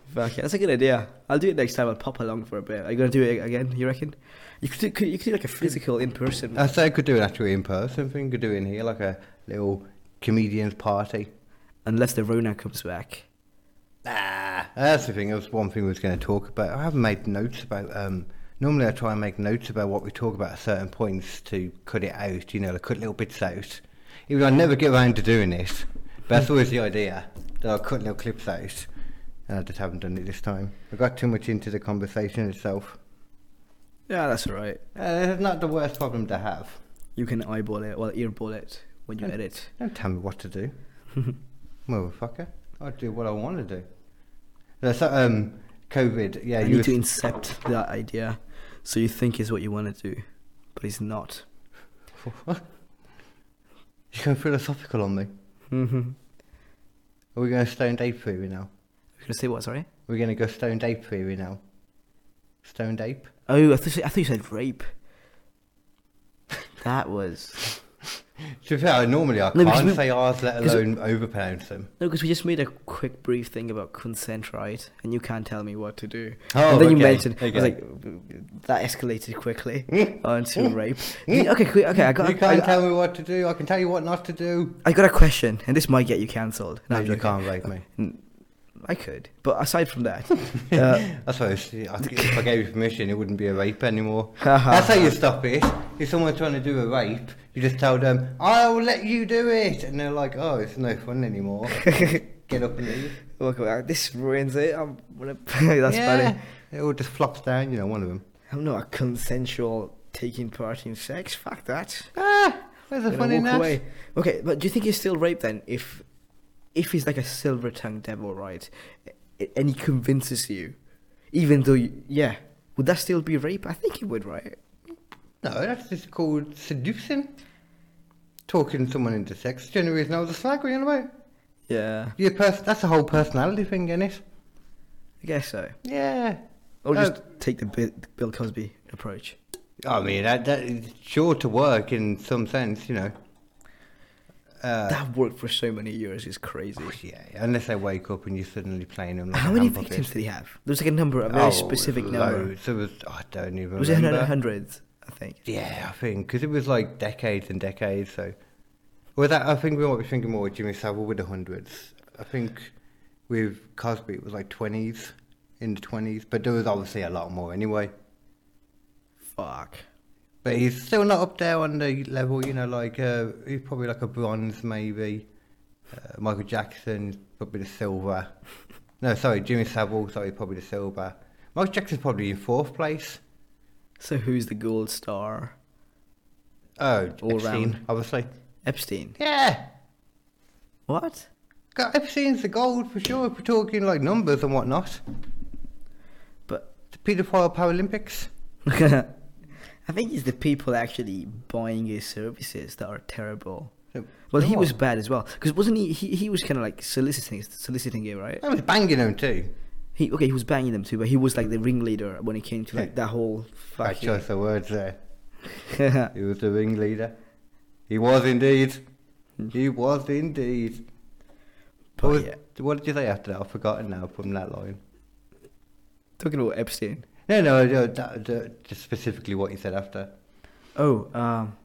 S3: Fuck yeah, that's a good idea. I'll do it next time. I'll pop along for a bit. Are you gonna do it again? You reckon? You could do, could, you could do like a physical in person.
S2: I say I could do it actually in person. Thing could do it in here like a little comedians party.
S3: Unless the Rona comes back.
S2: Ah, that's the thing. That was one thing we was going to talk about. I haven't made notes about. Um, normally, I try and make notes about what we talk about at certain points to cut it out. You know, like cut little bits out. Even though I never get around to doing it, but that's always the idea. That I'll cut little clips out, and I just haven't done it this time. I got too much into the conversation itself.
S3: Yeah, that's alright.
S2: Uh, it's not the worst problem to have.
S3: You can eyeball it, well, earball it when you
S2: Yeah.
S3: edit.
S2: Don't tell me what to
S3: (laughs)
S2: do. Motherfucker. I do what I want to do. That's uh, um, COVID. Yeah,
S3: I
S2: you
S3: need to
S2: were-
S3: incept that idea, so you think is what you want to do, but it's not.
S2: You're going philosophical on me.
S3: Mm-hmm.
S2: Are we going to stone ape theory now?
S3: We gonna say what? Sorry.
S2: We're gonna go stoned ape theory now. Stoned ape.
S3: Oh, I thought you- I thought you said rape. (laughs) that was
S2: To be fair, normally I
S3: No, because
S2: can't
S3: we-
S2: say ours, let
S3: 'cause-
S2: alone overpronounce them.
S3: no, because we just made a quick brief thing about consent, right? And you can't tell me what to do.
S2: Oh,
S3: and then you
S2: okay,
S3: mentioned I
S2: okay.
S3: was like that
S2: (laughs)
S3: escalated quickly onto rape. okay, quick, okay, I got.
S2: you
S3: a-
S2: can't
S3: I-
S2: tell me what to do. I can tell you what not to do.
S3: I got a question, and this might get you cancelled.
S2: No,
S3: I'm
S2: you
S3: joking.
S2: can't rape me.
S3: I could, but aside
S2: (laughs)
S3: from that, uh,
S2: That's why I was- I- if I gave you permission, it wouldn't be a rape anymore.
S3: Haha.
S2: That's how you stop it. If someone's trying to do a rape, you just tell them, "I'll let you do it," and they're like, "Oh, it's no fun anymore."
S3: (laughs)
S2: Get up and leave.
S3: welcome back. uh, This ruins it. I'm gonna, (laughs) that's
S2: yeah.
S3: funny.
S2: It all just flops down. You know, one of them.
S3: I'm not a consensual taking part in sex. Fuck that.
S2: Ah, where's the
S3: Gonna
S2: fun in
S3: walk
S2: that?
S3: away. Okay, but do you think he's still raped then? If if he's like a silver tongued devil, right? a- And he convinces you, even though you, yeah, would that still be rape? I think it would, right?
S2: No, that's just called seducing. Talking someone into sex. The only reason I was a slag, you know what?
S3: Yeah,
S2: Your pers- that's a whole personality thing, innit?
S3: I guess so.
S2: Yeah.
S3: Or
S2: No.
S3: just take the Bill, Bill Cosby approach.
S2: I mean, that, that is sure to work in some sense, you know. Uh, oh,
S3: that worked for so many years is crazy.
S2: yeah, unless they wake up and you're suddenly playing them. Like
S3: How
S2: a
S3: many
S2: hand
S3: victims
S2: puppet.
S3: did he have? There was like a number, a very
S2: Oh,
S3: specific number.
S2: loads. It was, I don't even
S3: Was it in
S2: remember.
S3: the hundreds? I think.
S2: Yeah, I think because it was like decades and decades. So, well, that I think we might be thinking more of Jimmy Savile with the hundreds. I think with Cosby it was like twenties in the twenties, but there was obviously a lot more anyway.
S3: Fuck.
S2: But he's still not up there on the level, you know. Like uh, he's probably like a bronze, maybe. Uh, Michael Jackson probably the silver. No, sorry, Jimmy Savile. Sorry, probably the silver. Michael Jackson's probably in fourth place.
S3: So who's the gold star?
S2: Oh,
S3: All
S2: Epstein,
S3: round.
S2: obviously.
S3: Epstein.
S2: Yeah.
S3: What?
S2: God, Epstein's the gold for sure. If we're talking like numbers and whatnot,
S3: But
S2: the paedophile Paralympics.
S3: (laughs) I think it's the people actually buying his services that are terrible.
S2: No,
S3: Well, he
S2: no.
S3: was bad as well because wasn't he? He, he was kind of like soliciting, soliciting it, right?
S2: I was banging them too.
S3: He okay, he was banging them too, but he was like the ringleader when it came to like
S2: Yeah.
S3: that whole
S2: Bad
S3: fucking.
S2: choice of words there. He was the ringleader. He was indeed. He was indeed.
S3: But
S2: what, was-
S3: yeah.
S2: what did you say after that? I've forgotten now from that line.
S3: (laughs) Talking about Epstein.
S2: No, no, no that, that, just specifically what you said after.
S3: Oh, um,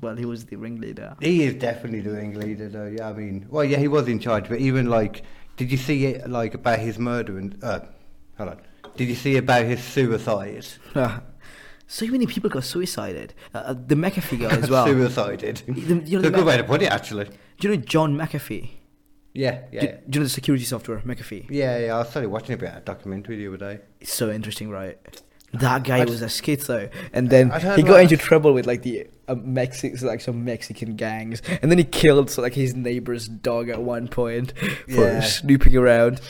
S3: well, he was the ringleader. (laughs)
S2: He is definitely the ringleader, though. Yeah, I mean, well, yeah, he was in charge, but even like, did you see it like about his murder and? Uh, hold on, did you see about his
S3: (laughs)
S2: suicide?
S3: so many people got suicided. Uh, Uh, the McAfee
S2: (laughs)
S3: guy as well. Do
S2: Suicided.
S3: The- (laughs) you know,
S2: It's a
S3: the
S2: good
S3: ma-
S2: way to put it, actually.
S3: you know John McAfee?
S2: Yeah,
S3: Do,
S2: yeah.
S3: do you know the security software McAfee?
S2: Yeah, yeah, I started watching a bit of a documentary the other day.
S3: It's so interesting, right? That guy
S2: I'd-
S3: was a schizo, and then
S2: I'd heard
S3: he
S2: about
S3: got into
S2: that.
S3: trouble with like the uh, Mexi- so, like some Mexican gangs, and then he killed so, like his neighbor's dog at one point (laughs) for
S2: Yeah.
S3: snooping around.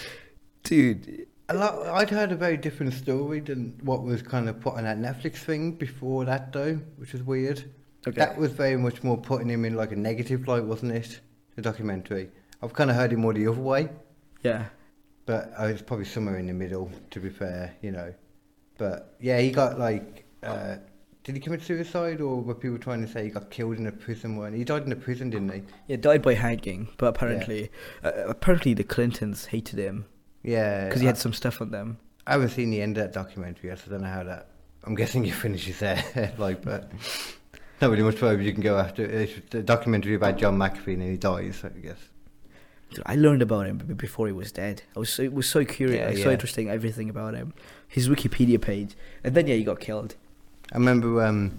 S3: Dude,
S2: A lot, I'd heard a very different story than what was kind of put on that Netflix thing before that, though, which was weird.
S3: Okay.
S2: That was very much more putting him in like a negative light, wasn't it? The documentary. I've kind of heard it more the other way,
S3: yeah,
S2: but I was probably somewhere in the middle, to be fair, you know. But yeah, he got like. Uh, did he commit suicide, or were people trying to say he got killed in a prison? When he died in a prison, didn't he?
S3: yeah, died by hanging, but apparently, uh, apparently the Clintons hated him
S2: Yeah,
S3: because he had some stuff on them.
S2: I haven't seen the end of that documentary yet, so I don't know how that. I'm guessing it (laughs) finishes there, (laughs) like, but not really much further you can go after. uh, It's a documentary about John McAfee and he dies, I guess.
S3: Dude, I learned about him b- before he was dead. I was so, it was so curious,
S2: Yeah,
S3: like, so
S2: yeah.
S3: interesting, everything about him, his Wikipedia page, and then yeah, he got killed.
S2: I remember um,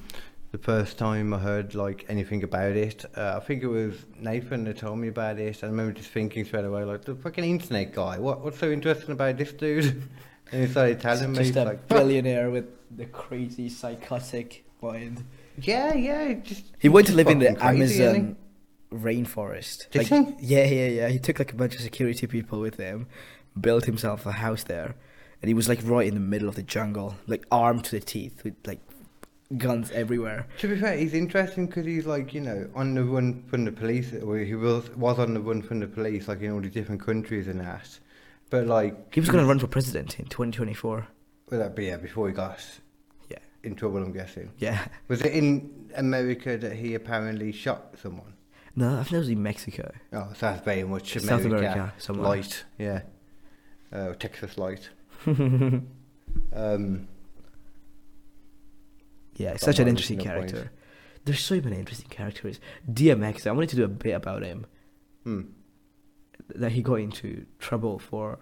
S2: the first time I heard like anything about it. Uh, I think it was Nathan that told me about it. I remember just thinking straight away, like, the fucking internet guy. What what's so interesting about this dude? (laughs) And he started telling me,
S3: Just a (laughs)
S2: like,
S3: billionaire with the crazy psychotic mind.
S2: yeah, yeah, just
S3: He went to live in the
S2: fucking crazy, isn't he?
S3: Amazon rainforest.
S2: Did
S3: Like, yeah, yeah, yeah. He took like a bunch of security people with him, built himself a house there, and he was like right in the middle of the jungle, like armed to the teeth with like guns everywhere.
S2: To be fair, he's interesting because he's like you know on the run from the police, or he was was on the run from the police, like in all the different countries and that. But like,
S3: He was gonna run for president in 2024.
S2: would that be yeah, before he got s-
S3: Yeah.
S2: in trouble? I'm guessing.
S3: Yeah. (laughs)
S2: Was it in America that he apparently shot someone?
S3: No, I think that was in Mexico.
S2: Oh, sounds very much America.
S3: South America, somewhere.
S2: Light, yeah. Uh, Texas
S3: (laughs)
S2: light. um,
S3: Yeah,
S2: Got
S3: such an
S2: no-
S3: interesting
S2: no point.
S3: character. There's so many interesting characters. DMX, I wanted to do a bit about him.
S2: hmm.
S3: That he got into trouble for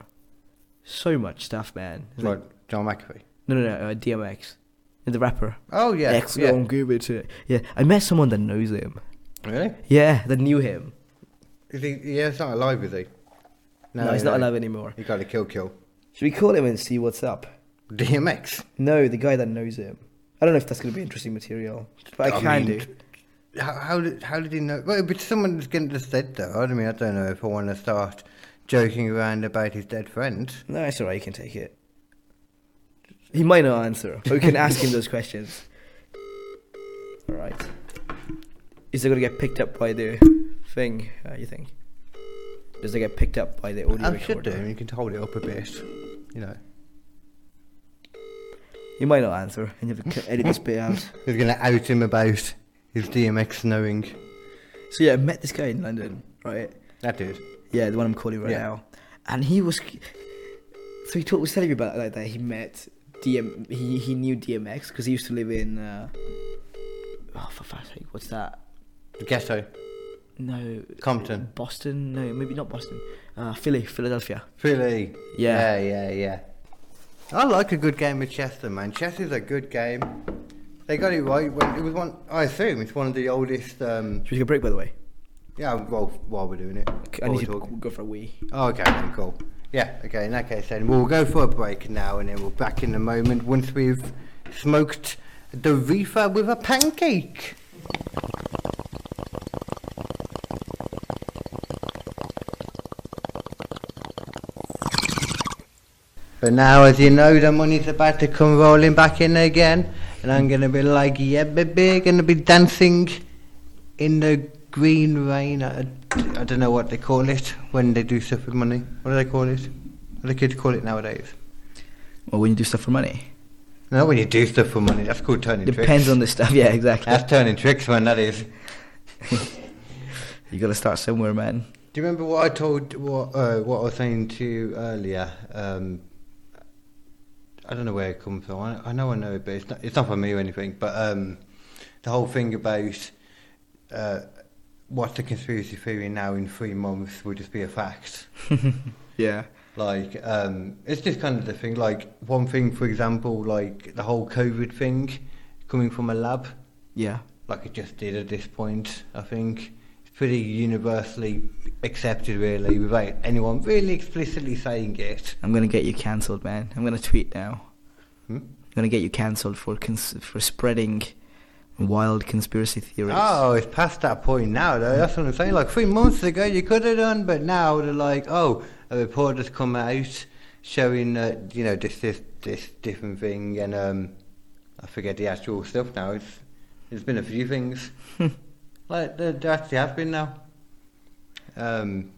S3: so much stuff, man. It's like-
S2: Right, John McAfee.
S3: no, no, no, uh, DMX. The rapper.
S2: Oh yeah,
S3: X
S2: yeah.
S3: don't give it to. Yeah, I met someone that knows him.
S2: Really?
S3: Yeah, that knew him.
S2: Is he? Yeah, he's not alive, is he?
S3: No, he's not alive anymore.
S2: He got a kill, kill.
S3: Should we call him and see what's up?
S2: DMX.
S3: No, the guy that knows him. I don't know if that's gonna be interesting material, but I, can
S2: mean,
S3: do.
S2: How, how did how did he know? Well, but someone's getting just dead though. I mean, I don't know if I want to start joking around about his dead friend.
S3: No, it's alright. You can take it. He might not answer, but we can ask him those questions. All right. Is it gonna get picked up by the thing? Uh, you think? Does it get picked up by the audio
S2: I Um, should do.
S3: recorder?
S2: You can hold it up a bit. You know,
S3: He might not answer, and you have to edit this bit
S2: (laughs)
S3: out.
S2: he's gonna out him about his DMX knowing.
S3: So yeah, I met this guy in London, right?
S2: That dude.
S3: Yeah, the one I'm calling right
S2: Yeah.
S3: now. And he was, so he told, was telling me about like that he met DM, he he knew DMX because he used to live in. Uh, oh, for fuck's sake, what's that?
S2: Ghetto.
S3: No.
S2: Compton.
S3: Boston? No, maybe not Boston. Uh, Philly, Philadelphia.
S2: Philly.
S3: Yeah.
S2: Yeah, yeah, yeah. I like a good game of chess, though, man. Chess is a good game. They got it right. When it was one, I assume it's one of the oldest. Um,
S3: Should we take a break, by the way?
S2: yeah, well, while we're doing it,
S3: I
S2: while
S3: need
S2: we're
S3: to
S2: talking.
S3: go for a wee.
S2: Oh, okay, then, cool. Yeah, okay. In that case, then we'll go for a break now, and then we're back in a moment once we've smoked the reefer with a pancake. But now, as you know, the money's about to come rolling back in again, and I'm gonna be like, yeah, baby, gonna be dancing in the green rain. I, I don't know what they call it when they do stuff with money. What do they call it? What do the kids call it nowadays?
S3: Well, when you do stuff for money,
S2: No, when you do stuff for money, that's called turning tricks.
S3: depends on the stuff. (laughs) Yeah, exactly.
S2: That's turning tricks, man. That is.
S3: You gotta start somewhere, man. (laughs)
S2: Do you remember what I told what uh, what I was saying to you earlier? Um, I don't know where it comes from. I, I know I know it, but it's not it's not from me or anything. But um, the whole thing about uh, what's the conspiracy theory now in three months will just be a fact.
S3: Yeah.
S2: Like um, it's just kind of the thing. Like one thing, for example, like the whole COVID thing coming from a lab
S3: Yeah.
S2: like it just did at this point. I think it's pretty universally accepted, really, without anyone really explicitly saying it.
S3: I'm gonna get you cancelled, man. I'm gonna tweet now.
S2: Hmm?
S3: I'm gonna get you cancelled for cons- for spreading wild conspiracy theories.
S2: Oh, it's past that point now, though. That's what I'm saying. Like three months ago, you could have done, but now they're like, oh, a report has come out showing that you know this this this different thing, and um, I forget the actual stuff now. It's there's been a few things. Like there, there actually has been now. Um,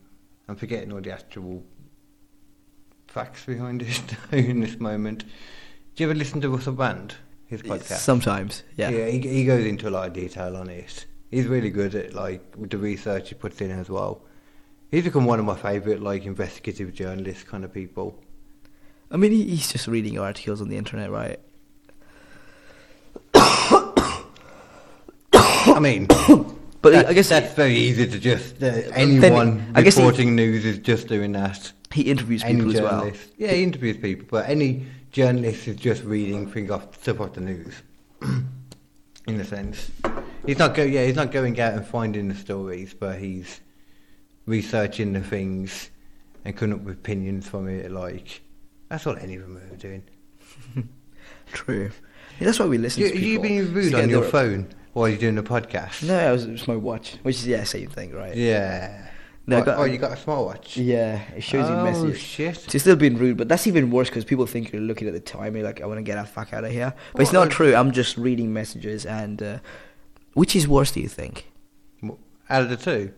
S2: I'm forgetting all the actual facts behind this (laughs) in this moment. Do you ever listen to Russell Brand? His podcast.
S3: Sometimes, yeah.
S2: he, he goes into a lot of detail on it. He's really good at like with the research he puts in as well. He's become one of my favourite like investigative journalist kind of people.
S3: I mean, he- he's just reading articles on the internet, right?
S2: I mean,
S3: (coughs) But
S2: that-
S3: I guess
S2: that's
S3: he,
S2: very easy to just uh, anyone
S3: I guess he-
S2: reporting news is just doing that.
S3: he interviews
S2: Any
S3: people as well.
S2: journalist, yeah, he interviews people, but any journalist is just reading things off stuff off the news. (clears throat) in a sense, he's not go yeah he's not going out and finding the stories, but he's researching the things and coming up with opinions from it. Like that's all any of them are doing.
S3: True. Yeah, that's why we listen
S2: You,
S3: to
S2: are
S3: people.
S2: you being rude
S3: to get
S2: on your
S3: their-
S2: phone while you're doing the podcast?
S3: No, it was, it was my watch, which is yeah, same thing, right?
S2: Yeah.
S3: No, I
S2: What,
S3: got-
S2: oh, you got a smartwatch.
S3: Yeah, it shows you
S2: oh,
S3: messages.
S2: shit.
S3: So you're still being rude, but that's even worse because people think you're looking at the time. You're like, I want to get the fuck out of here, but it's
S2: Well,
S3: not
S2: I-
S3: true. I'm just reading messages, and uh, which is worse? Do you think?
S2: Out of the two.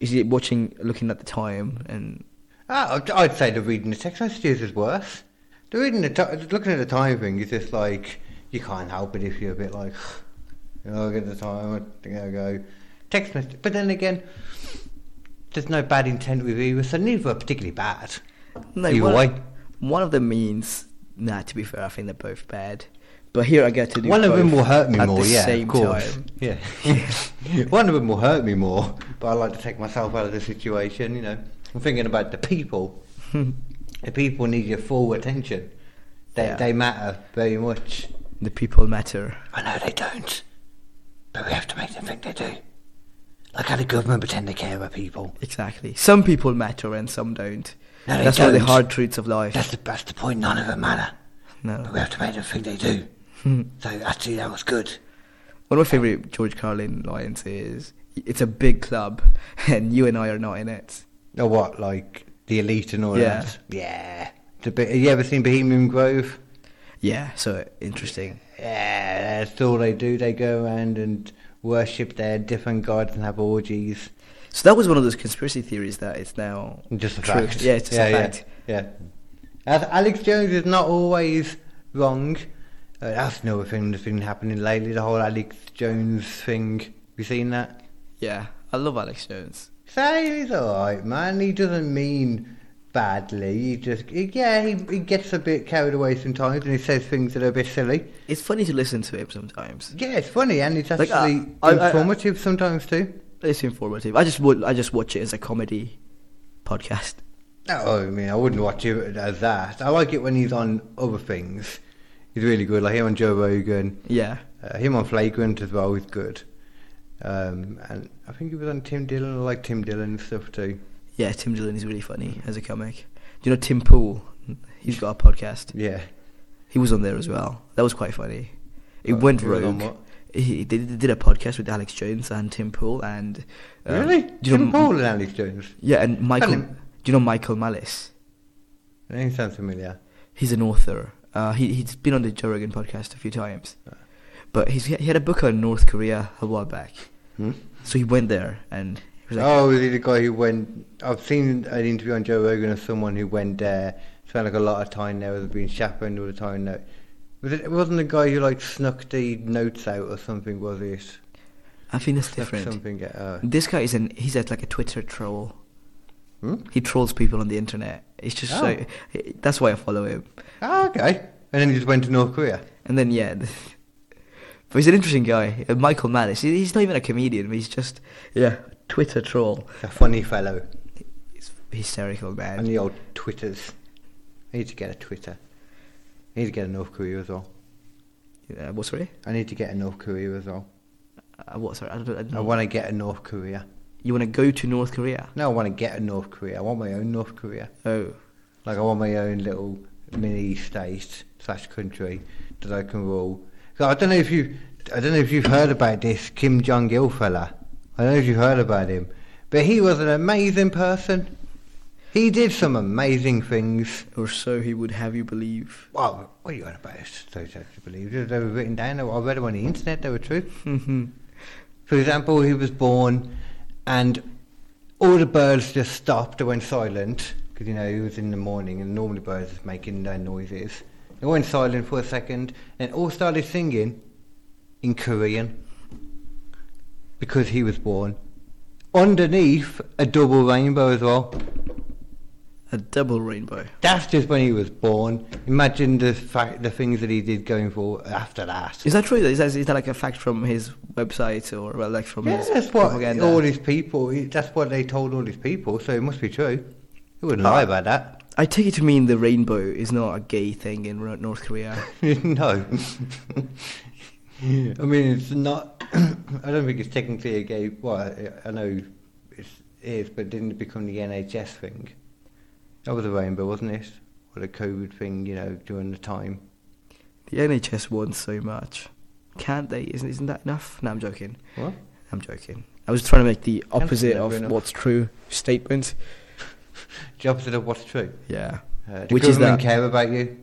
S3: Is it watching, looking at the time, and
S2: Ah, I'd, I'd say the reading the text messages is worse. The reading the t- looking at the time thing is just like you can't help it if you're a bit like, you know, look at the time. I think I go text message, but then again, there's no bad intent with either, so neither are particularly bad.
S3: No,
S2: Either
S3: one,
S2: way.
S3: one of them means nah. To be fair, I think they're both bad. But here I get to do
S2: One of them
S3: both
S2: will hurt me
S3: at
S2: more,
S3: the
S2: yeah,
S3: same
S2: of course.
S3: time.
S2: Yeah. (laughs) One of them will hurt me more, but I like to take myself out of the situation, you know. I'm thinking about the people. (laughs) the people need your full attention. They,
S3: Yeah.
S2: they matter very much.
S3: The people matter.
S2: I know they don't, but we have to make them think they do. Like how the government pretend they care about people.
S3: Exactly. Some people matter and some don't.
S2: No, they
S3: That's one of the
S2: don't.
S3: hard truths of life.
S2: That's the, that's the point, none of them matter. But
S3: no.
S2: we have to make them think they (laughs) do. so actually, that was good.
S3: One of my favorite George Carlin lines is, "It's a big club, (laughs) and you and I are not in it."
S2: Or Oh, what, like the elite and all
S3: Yeah.
S2: that? Yeah. The bit, have you ever seen Bohemian Grove?
S3: Yeah. So interesting.
S2: Yeah, that's all they do. They go around and worship their different gods and have orgies.
S3: So that was one of those conspiracy theories that it's now
S2: Just a
S3: true.
S2: fact.
S3: Yeah, it's just a
S2: yeah,
S3: fact.
S2: Yeah. yeah. As Alex Jones is not always wrong. Uh, that's another thing that's been happening lately, the whole Alex Jones thing. Have you seen that?
S3: yeah. I love Alex Jones.
S2: Say he's alright, man. He doesn't mean badly. He just, he- yeah, he, he gets a bit carried away sometimes and he says things that are a bit silly.
S3: It's funny to listen to him sometimes.
S2: Yeah, it's funny and it's
S3: Like,
S2: actually
S3: uh, I- I- I-
S2: informative sometimes too.
S3: It's informative. I just would. I just watch it as a comedy podcast.
S2: No, I mean, I wouldn't watch it as that. I like it when he's on other things. He's really good. Like him on Joe Rogan,
S3: Yeah.
S2: uh, him on Flagrant as well. He's good. Um, and I think he was on Tim Dillon. I like Tim Dillon stuff too.
S3: Yeah. Tim Dillon is really funny as a comic. Do you know Tim Pool? He's got a podcast.
S2: Yeah,
S3: He was on there as well. That was quite funny. It
S2: Oh,
S3: went
S2: he was on
S3: rogue.
S2: what?
S3: He they did did a podcast with Alex Jones and Tim Pool and um,
S2: really.
S3: do you know
S2: Tim
S3: M-
S2: Paul and Alex Jones.
S3: Yeah, and Michael.
S2: him.
S3: Do you know Michael Malice?
S2: That name sounds familiar.
S3: He's an author. Uh, he he's been on the Joe Rogan podcast a few times,
S2: Uh.
S3: but he's he had a book on North Korea a while back.
S2: Hmm?
S3: So he went there and he was like,
S2: oh, is he the guy who went? I've seen an interview on Joe Rogan of someone who went there. Spent like a lot of time there, was being chaperoned all the time. There. Was it, it wasn't the guy who like snuck the notes out or something, was it?
S3: I think that's
S2: Snuck
S3: different.
S2: Something. Uh,
S3: This guy is an he's at like a Twitter troll.
S2: hmm?
S3: He trolls people on the internet. It's just so
S2: Oh.
S3: that's why I follow him.
S2: Ah, okay. And then he just went to North Korea.
S3: And then yeah, (laughs) but he's an interesting guy. Uh, Michael Malice. He- He's not even a comedian. He's just yeah, Twitter troll.
S2: A funny fellow.
S3: He's hysterical
S2: And
S3: man.
S2: the old Twitters. I need to get a Twitter. I need to get a North Korea as well.
S3: Uh, what sorry?
S2: I need to get a North Korea as well.
S3: Uh, what sorry? I don't, I don't
S2: I want to get a North Korea.
S3: You want to go to North Korea?
S2: No, I want to get a North Korea. I want my own North Korea.
S3: Oh,
S2: Like I want my own little mini state slash country that I can rule. So I don't know if you, I don't know if you've heard about this Kim Jong Il fella. I don't know if you've heard about him, but he was an amazing person. He did some amazing things.
S3: or so he would have you believe.
S2: Well, what are you on about? Those have to believe they were written down. I read them on the internet. They were true.
S3: Mhm.
S2: For example, he was born, and all the birds just stopped and went silent because you know it was in the morning, and normally birds is making their noises. They went silent for a second, and all started singing in Korean because he was born underneath a double rainbow as well.
S3: a double rainbow.
S2: That's just when he was born. Imagine the fact, the things that he did going for after that.
S3: Is that true? Is that, is that like a fact from his website or well, like from uh,
S2: Yeah,
S3: his
S2: that's what
S3: propaganda?
S2: all these people. That's what they told all these people. So it must be true. They wouldn't lie about that. (laughs)
S3: I take it to mean the rainbow is not a gay thing in Ro- North Korea. (laughs)
S2: no. I mean, it's not. (clears throat) I don't think it's technically a gay. Well, I- I know it's, it is, but didn't it become the NHS thing? That was a rainbow, wasn't it? Or the COVID thing, you know, during the time.
S3: the NHS wants so much. Can't they? Isn't isn't that enough? No, I'm joking.
S2: What?
S3: I'm joking. I was trying to make the opposite
S2: never
S3: of
S2: enough.
S3: what's true statement.
S2: The opposite of what's true.
S3: Yeah.
S2: Uh, the
S3: Which is
S2: government
S3: that-
S2: care about you?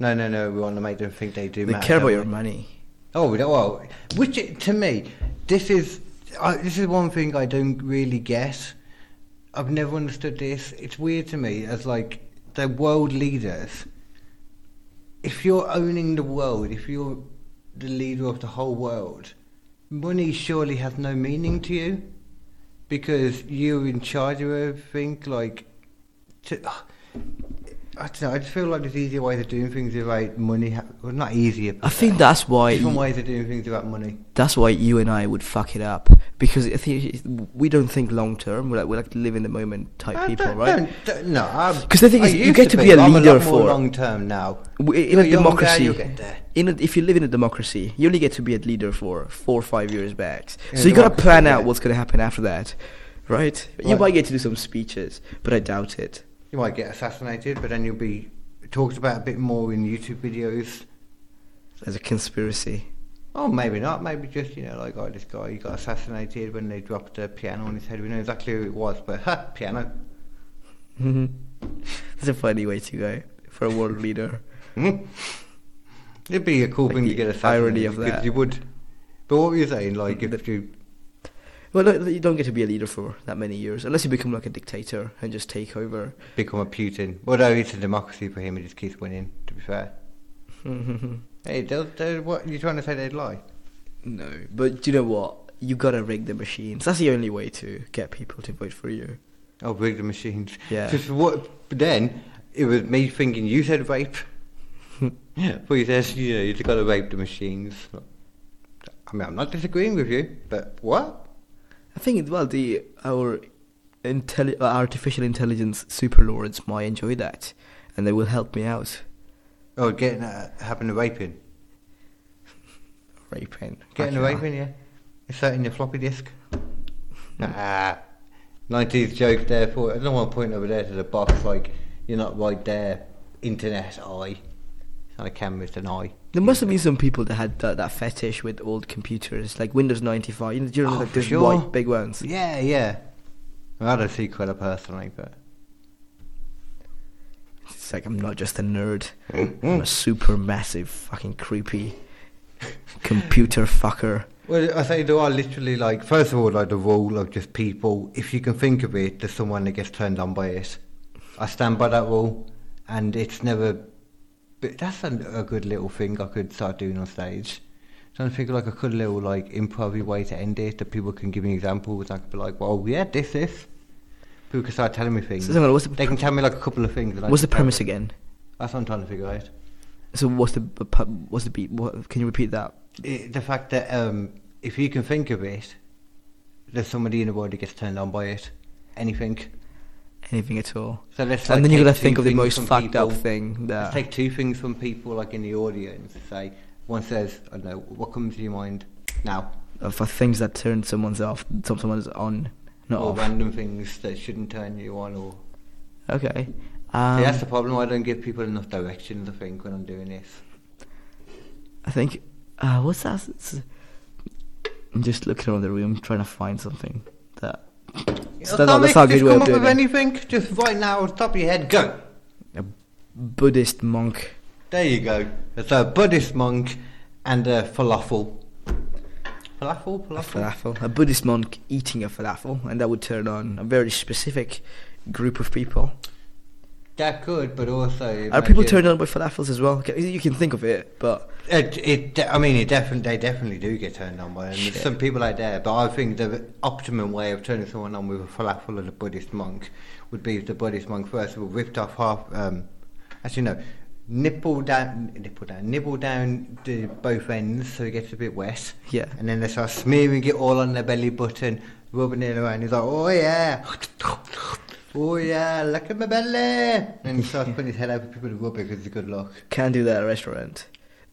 S2: No, no, no. We want to make them think they do.
S3: They
S2: matter,
S3: care about
S2: don't
S3: your
S2: we?
S3: money.
S2: Oh we don't- well, which uh, i- to me, this is I, this is one thing I don't really get. I've never understood this. It's weird to me as like they're world leaders. If you're owning the world, if you're the leader of the whole world, money surely has no meaning to you because you're in charge of everything. Like, to, I don't know. I just feel like there's easier ways of doing things without money. ha- Well, not easier. per
S3: I think
S2: se.
S3: that's why
S2: different ways of doing things without money.
S3: that's why you and I would fuck it up because I think we don't think long term. We're like we like to live in the moment type
S2: Uh,
S3: people,
S2: don't-
S3: right?
S2: don't- don't- no, I'm-
S3: 'Cause the thing
S2: I
S3: is, you
S2: used
S3: get to be a
S2: but I'm a
S3: leader
S2: lot more
S3: for-
S2: long term now.
S3: W In
S2: You're
S3: a
S2: younger,
S3: democracy,
S2: you'll get there.
S3: in a, if you live in a democracy, you only get to be a leader for four or five years back.
S2: In
S3: so
S2: a
S3: you gotta
S2: democracy,
S3: plan out
S2: yeah.
S3: what's gonna happen after that, right? You
S2: Right.
S3: might get to do some speeches, but I doubt it.
S2: You might get assassinated, but then you'll be talked about a bit more in YouTube videos.
S3: As a conspiracy,
S2: Oh, maybe not. Maybe just you know, like oh, this guy he got assassinated when they dropped a piano on his head. We know exactly who it was, but ha, piano.
S3: (laughs) it's Mm-hmm. a funny way to go for a world leader.
S2: Hmm? It'd be a cool
S3: Like
S2: thing to
S3: the
S2: get assassinated.
S3: irony of
S2: because
S3: that.
S2: You would. But what were you saying? Like if you
S3: Well, no, you don't get to be a leader for that many years unless you become like a dictator and just take over.
S2: become a Putin, although it's a democracy for him, he just keeps winning. To be fair.
S3: Mm-hmm.
S2: Hey, they'll, they'll, what you trying to say? They'd lie.
S3: no, but do you know what? You gotta rig the machines. That's the only way to get people to vote for you.
S2: Oh, rig the machines.
S3: Yeah.
S2: Because what? But then it was me thinking you said (laughs) rape. yeah. But you said you know you just got to rape the machines. I mean, I'm not disagreeing with you, but what?
S3: I think well, the our intelli- uh, artificial intelligence superlords might enjoy that, and they will help me out.
S2: Oh, getting uh, having a raping,
S3: Raping,
S2: getting a
S3: Fucking
S2: raping, yeah. Inserting your floppy disk. Ah, nineties joke there. For I don't want to point over there to the box. Like you're not right there. Internet eye. It's not a camera. It's an eye.
S3: There must have been some people that had that, that fetish with old computers, like Windows 95. You know, do you remember
S2: Oh,
S3: like
S2: for
S3: those
S2: sure.
S3: white big ones?
S2: Yeah, yeah. I don't see quite a personally, but
S3: It's like I'm not just a nerd.
S2: Mm-hmm.
S3: I'm a super massive, fucking creepy computer fucker.
S2: well, I say there are literally like first of all like the rule of just people. If you can think of it, there's someone that gets turned on by it. I stand by that rule, and it's never. But that's a, a good little thing I could start doing on stage. Trying to think of like a good little like improv way to end it that people can give me examples. I could be like, well, yeah, this is. People can start telling me things.
S3: So, hang on, what's the
S2: they can tell me like a couple of things. and I
S3: What's the
S2: just tell
S3: premise
S2: them.
S3: again?
S2: That's what I'm trying to figure out.
S3: So what's the uh, what's the beat? What, can you repeat that?
S2: it, the fact that um, if you can think of it, there's somebody in the world that gets turned on by it. Anything.
S3: Anything at all?
S2: So let's.
S3: and
S2: like,
S3: then you
S2: take
S3: gotta
S2: two
S3: think of the
S2: things
S3: most
S2: from
S3: fucked up
S2: people-
S3: thing
S2: Let's
S3: that
S2: take two things from people like in the audience. Say one says, I don't know, what comes to your mind now?
S3: for things that turn someone's off, some someone's on, not
S2: or
S3: off.
S2: random things that shouldn't turn you on. Or
S3: Okay.
S2: See,
S3: Um,
S2: that's the problem. I don't give people enough directions. I think when I'm doing this.
S3: I think. Uh, what's that? It's- I'm just looking around the room trying to find something that. So that's, not- that's not a
S2: just
S3: good way
S2: come
S3: of
S2: up
S3: doing
S2: with
S3: it.
S2: anything. Just right now, off the top of your head, go.
S3: A Buddhist monk.
S2: There you go. It's a Buddhist monk and a falafel. Falafel,
S3: A
S2: falafel.
S3: falafel. A Buddhist monk eating a falafel, and that would turn on a very specific group of people.
S2: That could, but also
S3: Are people
S2: imagine-
S3: turned on by falafels as well? Okay, You can think of it, but
S2: It, it, de- I mean, it definitely they definitely do get turned on by it. And there's
S3: Shit.
S2: some people out there, but I think the optimum way of turning someone on with a falafel and a Buddhist monk would be if the Buddhist monk first of all ripped off half. Um, actually, no, nipple down, nipple down, nibble down the both ends so it gets a bit wet.
S3: Yeah.
S2: and then they start smearing it all on their belly button, rubbing it around. He's like, oh yeah. Oh yeah, look at my belly! And he starts putting his head out for people to rub it because it's good luck.
S3: can't do that at a restaurant.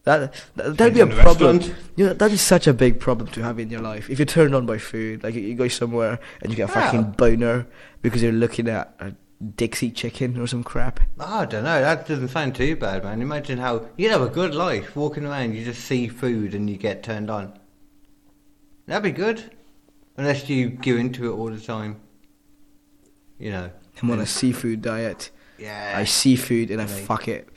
S3: That, that that'd be a
S2: do it in a
S3: problem.
S2: restaurant.
S3: You know, that'd be such a big problem to have in your life. If you're turned on by food, like you, you go somewhere and you get a fucking
S2: Yeah.
S3: boner because you're looking at a Dixie chicken or some crap.
S2: Oh, I don't know. That doesn't sound too bad, man. Imagine how you'd have a good life walking around. You just see food and you get turned on. That'd be good, unless you give into it all the time. You know.
S3: I'm on a seafood diet. I
S2: Yeah.
S3: see food and I
S2: Right.
S3: fuck it.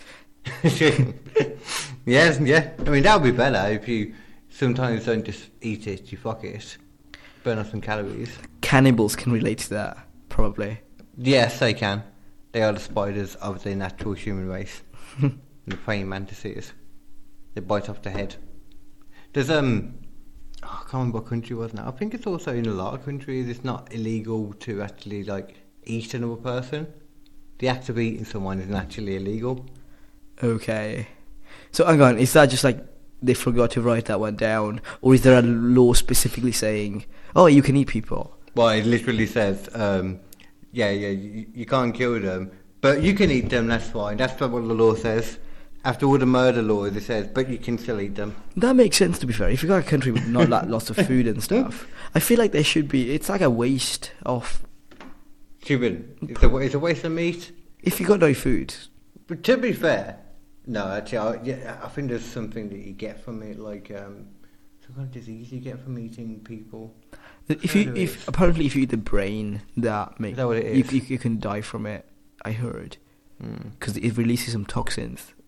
S2: (laughs) yes. Yeah. I mean, that would be better if you sometimes don't just eat it. You fuck it. Burn off some calories.
S3: Cannibals can relate to that. probably.
S2: Yes, they can. They are the spiders of the natural human race. the praying mantises. They bite off the head. There's um, oh, I can't remember what country it was now. I think it's also in a lot of countries. It's not illegal to actually like eat another person. The act of eating someone is naturally illegal.
S3: Okay. So hang on, is that just like they forgot to write that one down, or is there a law specifically saying, "Oh, you can eat people"?
S2: Well, it literally says, um, yeah, yeah, you, you can't kill them, but you can eat them. That's fine. That's what the law says. After all the murder laws, it says, but you can still eat them.
S3: That makes sense. To be fair, if you got a country with not like
S2: (laughs)
S3: lots of food and stuff, I feel like there should be. It's like a waste of
S2: Cuban, it's a, wa- it's a waste of meat.
S3: if you got no food.
S2: But to be fair, no, actually, I, yeah, I think there's something that you get from it, like um, some kind of disease you get from eating people.
S3: If you,
S2: Kind of
S3: if
S2: is.
S3: apparently if you eat the brain, that makes
S2: Is that what it
S3: you,
S2: is?
S3: you, you can die from it. I heard
S2: Hmm.
S3: because it releases some toxins. (laughs)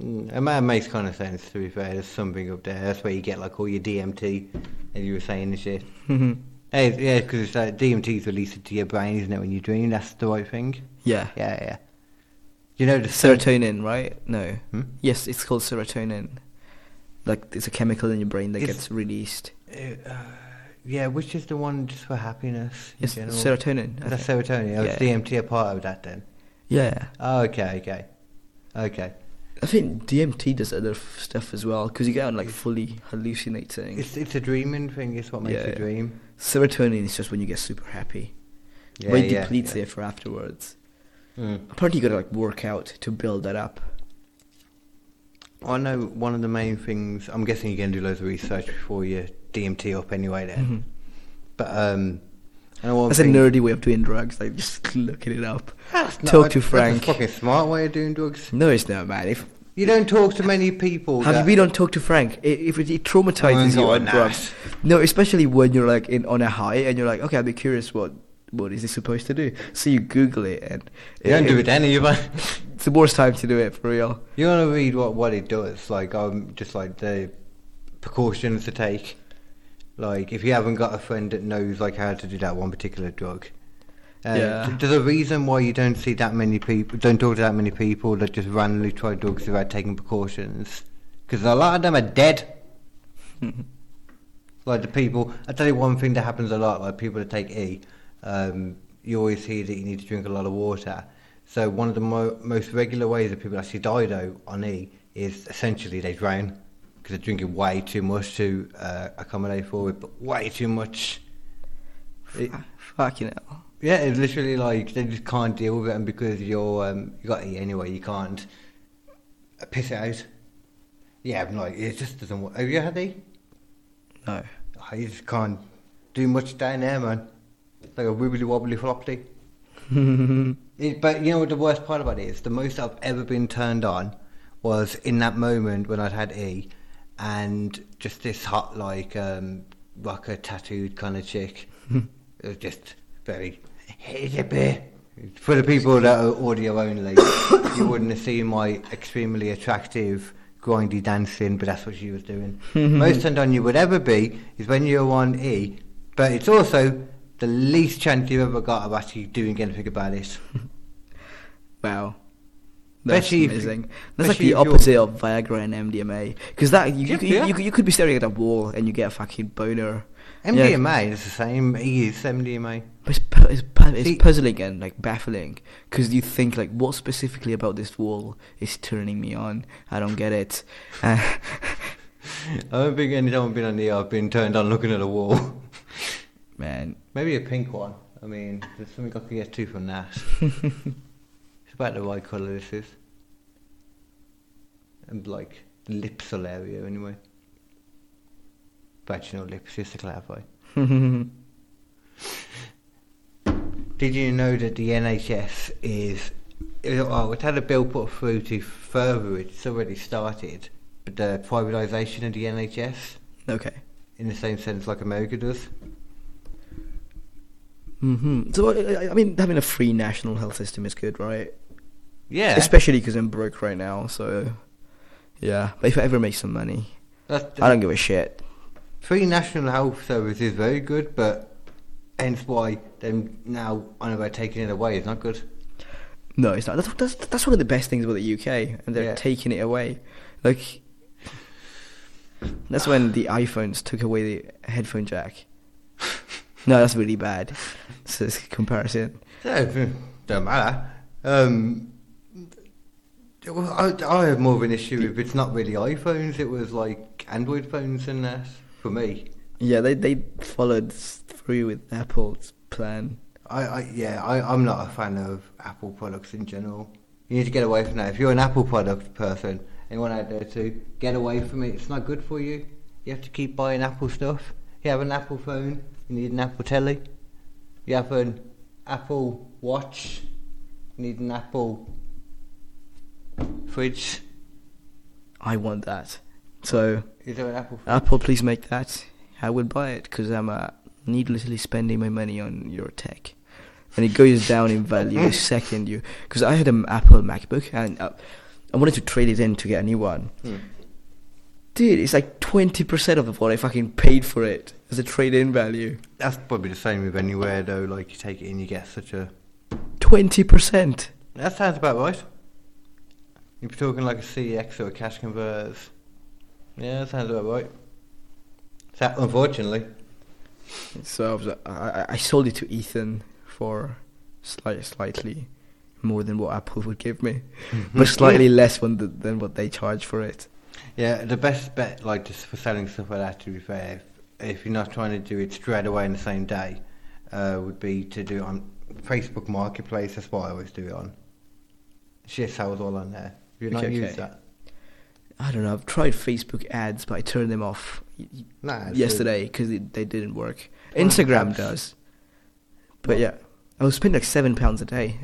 S2: Mm, and that makes kind of sense. To be fair, there's something up there. That's where you get like all your DMT, as you were saying and shit. Hey, yeah, because it's like DMT is released into your brain, isn't it? When you dream, that's the right thing.
S3: yeah.
S2: Yeah, yeah. You know the
S3: Serotonin, right? No.
S2: Hmm?
S3: Yes, it's called serotonin. Like it's a chemical in your brain that
S2: It's-
S3: gets released.
S2: Uh, yeah, which is the one just for happiness in
S3: It's
S2: general?
S3: serotonin. I
S2: That's
S3: think.
S2: serotonin. Oh, it's
S3: Yeah.
S2: DMT a part of that then?
S3: yeah.
S2: Oh, okay, okay, okay.
S3: I think DMT does other f- stuff as well because you get on like fully hallucinating.
S2: It's it's a dreaming thing. It's what makes
S3: Yeah,
S2: you
S3: yeah.
S2: dream.
S3: Serotonin is just when you get super happy,
S2: Yeah,
S3: but it
S2: yeah,
S3: depletes
S2: yeah.
S3: it for afterwards.
S2: Mm.
S3: Apparently, you gotta like work out to build that up.
S2: I know one of the main things. I'm guessing you're gonna do loads of research before you DMT up anyway. Then, but um, I know one
S3: Mm-hmm. That's a
S2: thing-
S3: nerdy way of doing drugs, like just (laughs) looking it up.
S2: That's not-
S3: Talk to
S2: that's a
S3: Frank.
S2: fucking smart way of doing drugs.
S3: No, it's not, man. If
S2: You don't talk to many people.
S3: Have
S2: that,
S3: you been on Talk to Frank? It, if it, it traumatizes
S2: Oh,
S3: you on
S2: no.
S3: drugs. No, especially when you're like in on a high and you're like, okay, I'll be curious what what is this supposed to do. So you Google it, and
S2: You don't do it
S3: it-
S2: any of us.
S3: (laughs) It's the worst time to do it for real.
S2: (laughs) You want to read what what it does, like um, just like the precautions to take. Like if you haven't got a friend that knows like how to do that one particular drug. Uh,
S3: Yeah.
S2: th- There's a reason why you don't see that many people, don't talk to that many people that just randomly try drugs without taking precautions, because a lot of them are dead. like the people, I tell you one thing that happens a lot, like people that take E, um, you always hear that you need to drink a lot of water. So one of the mo- most regular ways that people actually die though on E is essentially they drown because they're drinking way too much to uh, accommodate for it, but way too much. It-
S3: Fucking hell.
S2: yeah, it's literally like they just can't deal with it, and because you're um, you got E anyway, you can't uh, piss it out. Yeah, I'm like it just doesn't work. Have you had E?
S3: No.
S2: I just can't do much down there, man. It's like a wibbly wobbly floppy. It- but you know what the worst part about it is? The most I've ever been turned on was in that moment when I'd had E and just this hot, like, um, rocker tattooed kind of chick. it was just very, here's a beer. For the people that are audio only, (coughs) you wouldn't have seen my extremely attractive, grindy dancing, but that's what she was doing. most turned on you would ever be is when you're on E, but it's also the least chance you've ever got of actually doing anything about it.
S3: Wow. That's
S2: Especially if you-
S3: amazing. That's like
S2: especially
S3: the
S2: if you're-
S3: opposite of Viagra and MDMA. Because that you,
S2: Yeah,
S3: you,
S2: yeah.
S3: you, you could be staring at a wall and you get a fucking boner. Yeah.
S2: MDMA is the same. E is MDMA.
S3: But It's, pu- it's, pu-
S2: See-
S3: it's puzzling and like baffling because you think like what specifically about this wall is turning me on? I don't get it. (laughs) Uh,
S2: I don't think any time I've been on E, I've been turned on looking at a wall. (laughs)
S3: man, (laughs)
S2: Maybe a pink one. I mean, there's something I can get to from that. it's about the right colour this is. And like, the lips are area anyway. Vaginal lips, just to clarify. Did you know that the NHS is? Well, it had a bill put through to further it. It's already started, but the privatisation of the NHS
S3: okay.
S2: in the same sense like America does.
S3: hmm So I, I- I mean, having a free national health system is good, right?
S2: Yeah,
S3: Especially because I'm broke right now. So yeah, but if I ever make some money,
S2: that's,
S3: I don't give a shit.
S2: free national health service is very good, but Hence why them now on about taking it away is not good.
S3: No, it's not. That's, that's that's one of the best things about the UK, and they're
S2: Yeah.
S3: taking it away. Like that's when the iPhones took away the headphone jack. No, that's really bad. So it's a comparison.
S2: Yeah, don't matter. Um, well, I, I have more of an issue if it's not really iPhones. It was like Android phones and that for me.
S3: Yeah, they they followed through with Apple's plan.
S2: I, I yeah, I, I'm not a fan of Apple products in general. You need to get away from that. If you're an Apple product person, anyone out there too, get away from it. It's not good for you. You have to keep buying Apple stuff. You have an Apple phone. You need an Apple telly. You have an Apple watch. You need an Apple fridge.
S3: I want that. So
S2: Is there an Apple? fridge?
S3: Apple, please make that. I will buy it because I'm uh, needlessly spending my money on your tech, and it goes down in value the second you. Because I had an Apple MacBook and uh, I wanted to trade it in to get a new one.
S2: Uh,
S3: Dude, it's like twenty percent of what I fucking paid for it as a trade-in value.
S2: That's probably the same with anywhere though. Like you take it in, you get such a.
S3: Twenty percent.
S2: That sounds about right. You're talking like a CEX or a cash converters. Yeah, that sounds about right. That, unfortunately.
S3: So I, was, uh, I- I, I sold it to Ethan for slight, slightly more than what Apple would give me, (laughs)
S2: (laughs)
S3: but slightly less one th- than what they charge for it.
S2: Yeah, the best bet, like just for selling stuff like that, to be fair, if, if you're not trying to do it straight away in the same day, uh, would be to do it on Facebook Marketplace. That's what I always do it on. Shit sales all on there. If you've not
S3: Okay,
S2: used
S3: okay.
S2: that.
S3: I don't know. I've tried Facebook ads, but I turned them off y- y-
S2: Nah, it's
S3: yesterday because they didn't work.
S2: Well, that's-
S3: Instagram does, but yeah, I was spending like seven pounds a day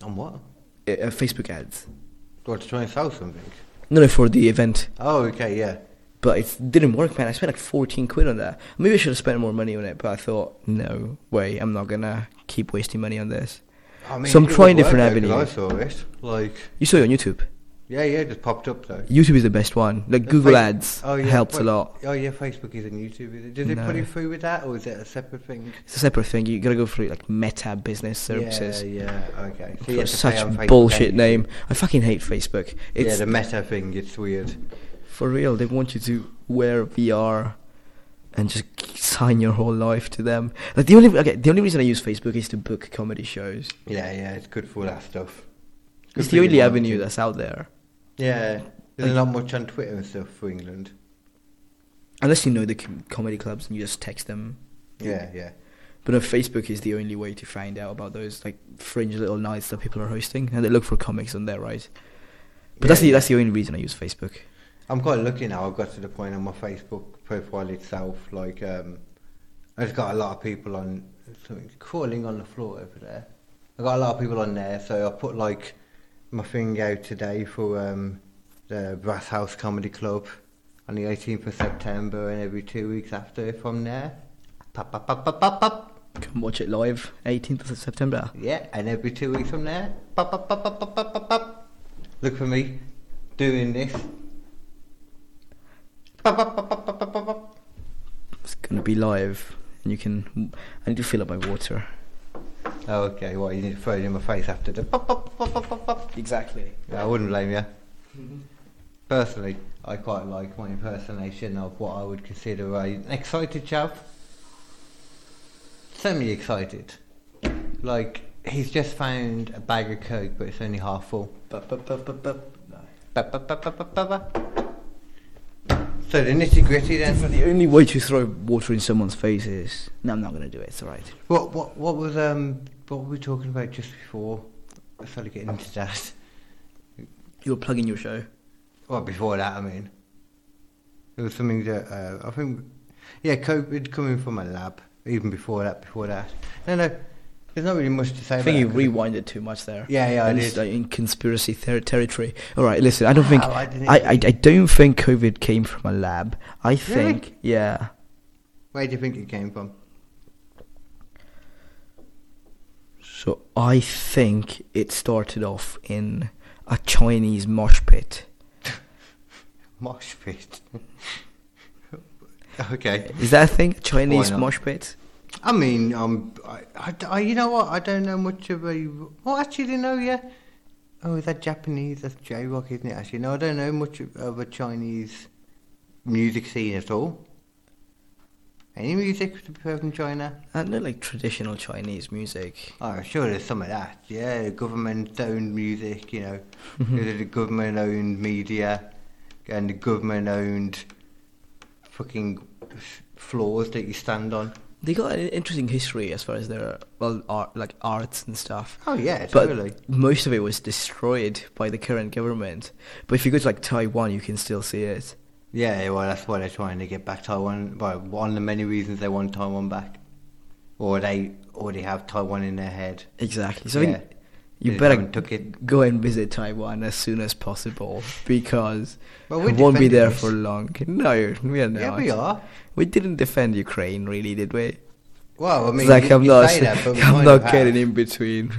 S2: a- On what?
S3: uh, uh, Facebook ads.
S2: What, to try and sell something?
S3: No, no, for the event,
S2: Oh, okay, yeah.
S3: but it didn't work, man. I spent like fourteen quid on that. Maybe I should have spent more money on it, but I thought, no way, I'm not gonna keep wasting money on this.
S2: I
S3: So I'm
S2: it
S3: trying
S2: would work
S3: different
S2: though, 'cause
S3: avenues.
S2: I saw it. Like,
S3: You saw it on YouTube.
S2: Yeah, yeah, it just popped up though.
S3: YouTube is the best one. Like Google
S2: Fa-
S3: Ads helps a
S2: fa-
S3: lot.
S2: Oh yeah, Facebook is and YouTube is it? Does it put
S3: No.
S2: it through with that, or is it a separate thing?
S3: It's a separate thing. You gotta go through like Meta Business Services.
S2: Yeah, yeah, okay. So you have to
S3: for
S2: pay on
S3: such
S2: Facebook
S3: bullshit
S2: then.
S3: name. I fucking hate Facebook.
S2: yeah,
S3: It's
S2: the Meta thing. It's weird.
S3: for real. They want you to wear VR and just sign your whole life to them. Like the only okay, the only reason I use Facebook is to book comedy shows.
S2: Yeah, yeah, it's good for that stuff.
S3: It's
S2: for
S3: the
S2: your
S3: only avenue
S2: marketing.
S3: that's out there,
S2: Yeah, there's
S3: Like-
S2: not much on Twitter and stuff for England.
S3: unless you know the com- comedy clubs and you just text them.
S2: Yeah, yeah.
S3: But no, Facebook is the only way to find out about those like fringe little nights that people are hosting, and they look for comics on there, right? But
S2: Yeah,
S3: that's the
S2: yeah.
S3: that's the only reason I use Facebook.
S2: I'm quite lucky now. I've got to the point on my Facebook profile itself, like um, I've got a lot of people on something crawling on the floor over there. I've got a lot of people on there, so I put like my thing out today for um, the Brass House Comedy Club on the 18th of September, and every two weeks after from there, pop, pop, pop, pop, pop, pop.
S3: Come watch it live, 18th of September.
S2: Yeah, and every two weeks from there, pop, pop, pop, pop, pop, pop, pop, pop. Look for me doing this. Pop, pop, pop, pop, pop, pop, pop, pop.
S3: It's gonna be live, and you can. I need to fill up my water.
S2: Oh, okay. Well, you need to throw it in my face after the pop, pop, pop, pop, pop, pop.
S3: Exactly.
S2: Yeah, I wouldn't blame you. Mm-hmm. Personally, I quite like my impersonation of what I would consider a- an excited chap. Semi-excited. Like, he's just found a bag of coke, but it's only half full. Ba, ba, ba, ba, ba, ba, ba. So the nitty-gritty then.
S3: The only way to throw water in someone's face is. No, I'm not gonna do it. It's alright.
S2: What, what, what was, um, what were we talking about just before? I started getting into that.
S3: You're plugging your show.
S2: Well, before that, I mean, it was something that uh, I think, yeah, COVID coming from a lab. Even before that, before that, no, no, there's not really much to say.
S3: I
S2: about
S3: think you
S2: that 'cause-
S3: rewinded too much there.
S2: Yeah, yeah, I
S3: And it's,
S2: did.
S3: like, in conspiracy ter- territory. All right, listen. I don't think.
S2: Wow, I
S3: I,
S2: didn't
S3: I, I
S2: even-
S3: don't think COVID came from a lab. I think. Yeah.
S2: Where do you think it came from? (laughs)
S3: So I think it started off in a Chinese mosh pit.
S2: Mosh pit. (laughs) okay.
S3: Is that a thing? Chinese
S2: not?
S3: mosh pit?
S2: I mean, um, I, I, I- you know what? I don't know much of a. Well, actually, no, yeah. Oh, is that Japanese? That's J rock, isn't it? Actually, no, I don't know much of, of a Chinese music scene at all. Any music to be heard from China?
S3: I know like traditional Chinese music.
S2: Oh, sure, there's some of that. Yeah, government owned music, you know. There's the government owned media and the government owned fucking f- floors that you stand on.
S3: They got an interesting history as far as their well art like arts and stuff.
S2: Oh, yeah,
S3: but
S2: totally.
S3: most of it was destroyed by the current government. But if you go to like Taiwan, you can still see it.
S2: Yeah, well, that's why they're trying to get back Taiwan. Well, one of the many reasons they want Taiwan back, or they already have Taiwan in their head.
S3: Exactly. So I think
S2: Yeah.
S3: you
S2: They
S3: better
S2: haven't took it.
S3: go and visit Taiwan as soon as possible because
S2: Well,
S3: we
S2: we're
S3: won't be
S2: defending
S3: there
S2: this.
S3: for long. No, we are not.
S2: Yeah, we are.
S3: We didn't defend Ukraine, really, did we?
S2: Well, I mean,
S3: it's like
S2: you-
S3: I'm
S2: you
S3: not,
S2: say
S3: (laughs)
S2: that, but we
S3: I'm
S2: kind
S3: not
S2: of
S3: getting
S2: have.
S3: in between.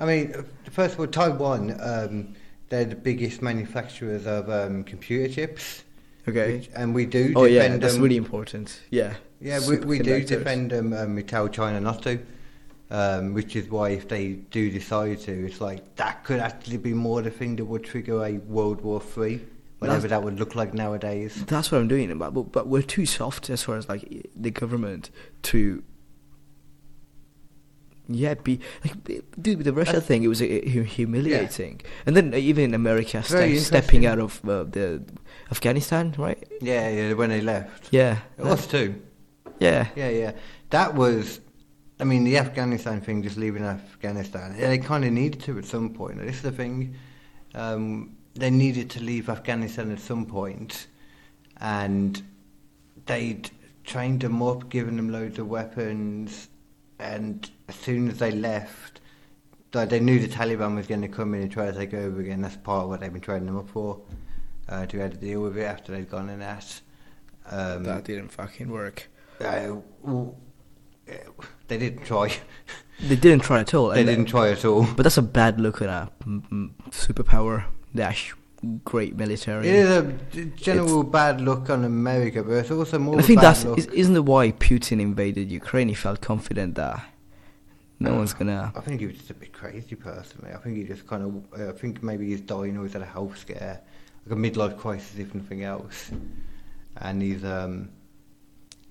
S2: I mean, first of all, Taiwan, um, they're the biggest manufacturers of um, computer chips,
S3: Okay.
S2: which- and we do.
S3: oh yeah,
S2: defend
S3: that's
S2: them.
S3: really important. Yeah.
S2: Yeah, we, we do
S3: Superconductors.
S2: defend them. Um, we tell China not to, um, which is why if they do decide to, it's like that could actually be more the thing that would trigger a World War Three, whatever
S3: That's-
S2: that would look like nowadays.
S3: That's what I'm doing, but, but but we're too soft as far as like the government to. Yeah, be like, dude, with the Russia thing, it was uh, hu- humiliating, and then even America
S2: Very
S3: ste- stepping out of uh, the Afghanistan, right?
S2: Yeah, yeah, when they left,
S3: Yeah,
S2: it was too.
S3: yeah,
S2: Yeah, yeah, that was. I mean, the Afghanistan thing, just leaving Afghanistan, they kind of needed to at some point. This is the thing. Um, they needed to leave Afghanistan at some point, and they'd trained them up, given them loads of weapons, and as soon as they left, they, they knew the Taliban was going to come in and try to take over again. That's part of what they've been training them up for, uh, to be able to deal with it after they'd gone and that. Um,
S3: didn't fucking work.
S2: uh, w- they didn't try.
S3: They didn't try at all.
S2: They
S3: and-
S2: didn't try at all.
S3: But that's a bad look at a mm, mm, superpower dash great military.
S2: It is a g- general bad look on America, but it's also more.
S3: And
S2: of
S3: I
S2: a
S3: think
S2: bad
S3: that's
S2: look.
S3: is, isn't it why Putin invaded Ukraine? He felt confident that no one's gonna.
S2: I think he was just a bit crazy personally. I think he just kind of. I think maybe he's dying or he's had a health scare, like a midlife crisis, if nothing else. And he's. um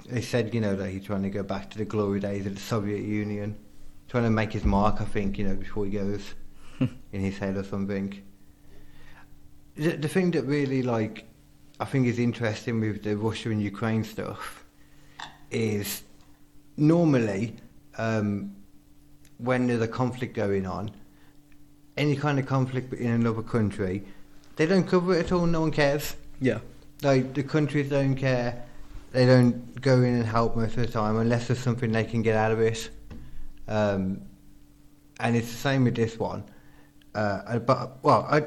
S2: They said, you know, that he's trying to go back to the glory days of the Soviet Union, trying to make his mark. I think, you know, before he goes in his head or something. The, the thing that really like, I think is interesting with the Russia and Ukraine stuff, is normally um, when there's a conflict going on, any kind of conflict in another country, they don't cover it at all. No one cares.
S3: Yeah.
S2: Like the countries don't care. They don't go in and help most of the time unless there's something they can get out of it. Um, and it's the same with this one. Uh, I- but well, I,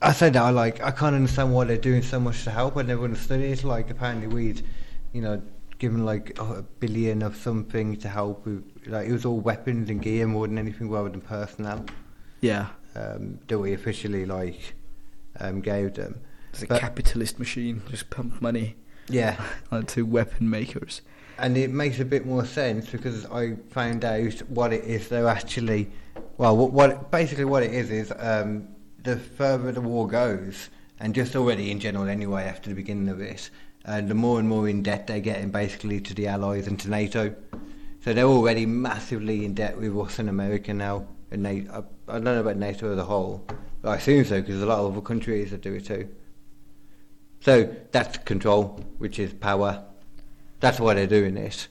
S2: I said that I like I can't understand why they're doing so much to help. I never understood it. Like apparently we'd, you know, given like oh, a billion of something to help. With, like it was all weapons and gear more than anything rather than personnel
S3: Yeah.
S2: um, that we officially like um, gave them.
S3: It's a
S2: But-
S3: capitalist machine. Just pump money
S2: yeah.
S3: (laughs) onto weapon makers.
S2: and it makes a bit more sense because I found out what it is they're actually, well, what, what basically what it is is um, the further the war goes, and just already in general anyway after the beginning of it, uh, the more and more in debt they're getting basically to the Allies and to NATO. So they're already massively in debt with us in America now. And they, I, I don't know about NATO as a whole, but I assume so because a lot of other countries that do it too. So that's control, which is power. That's why they're doing it.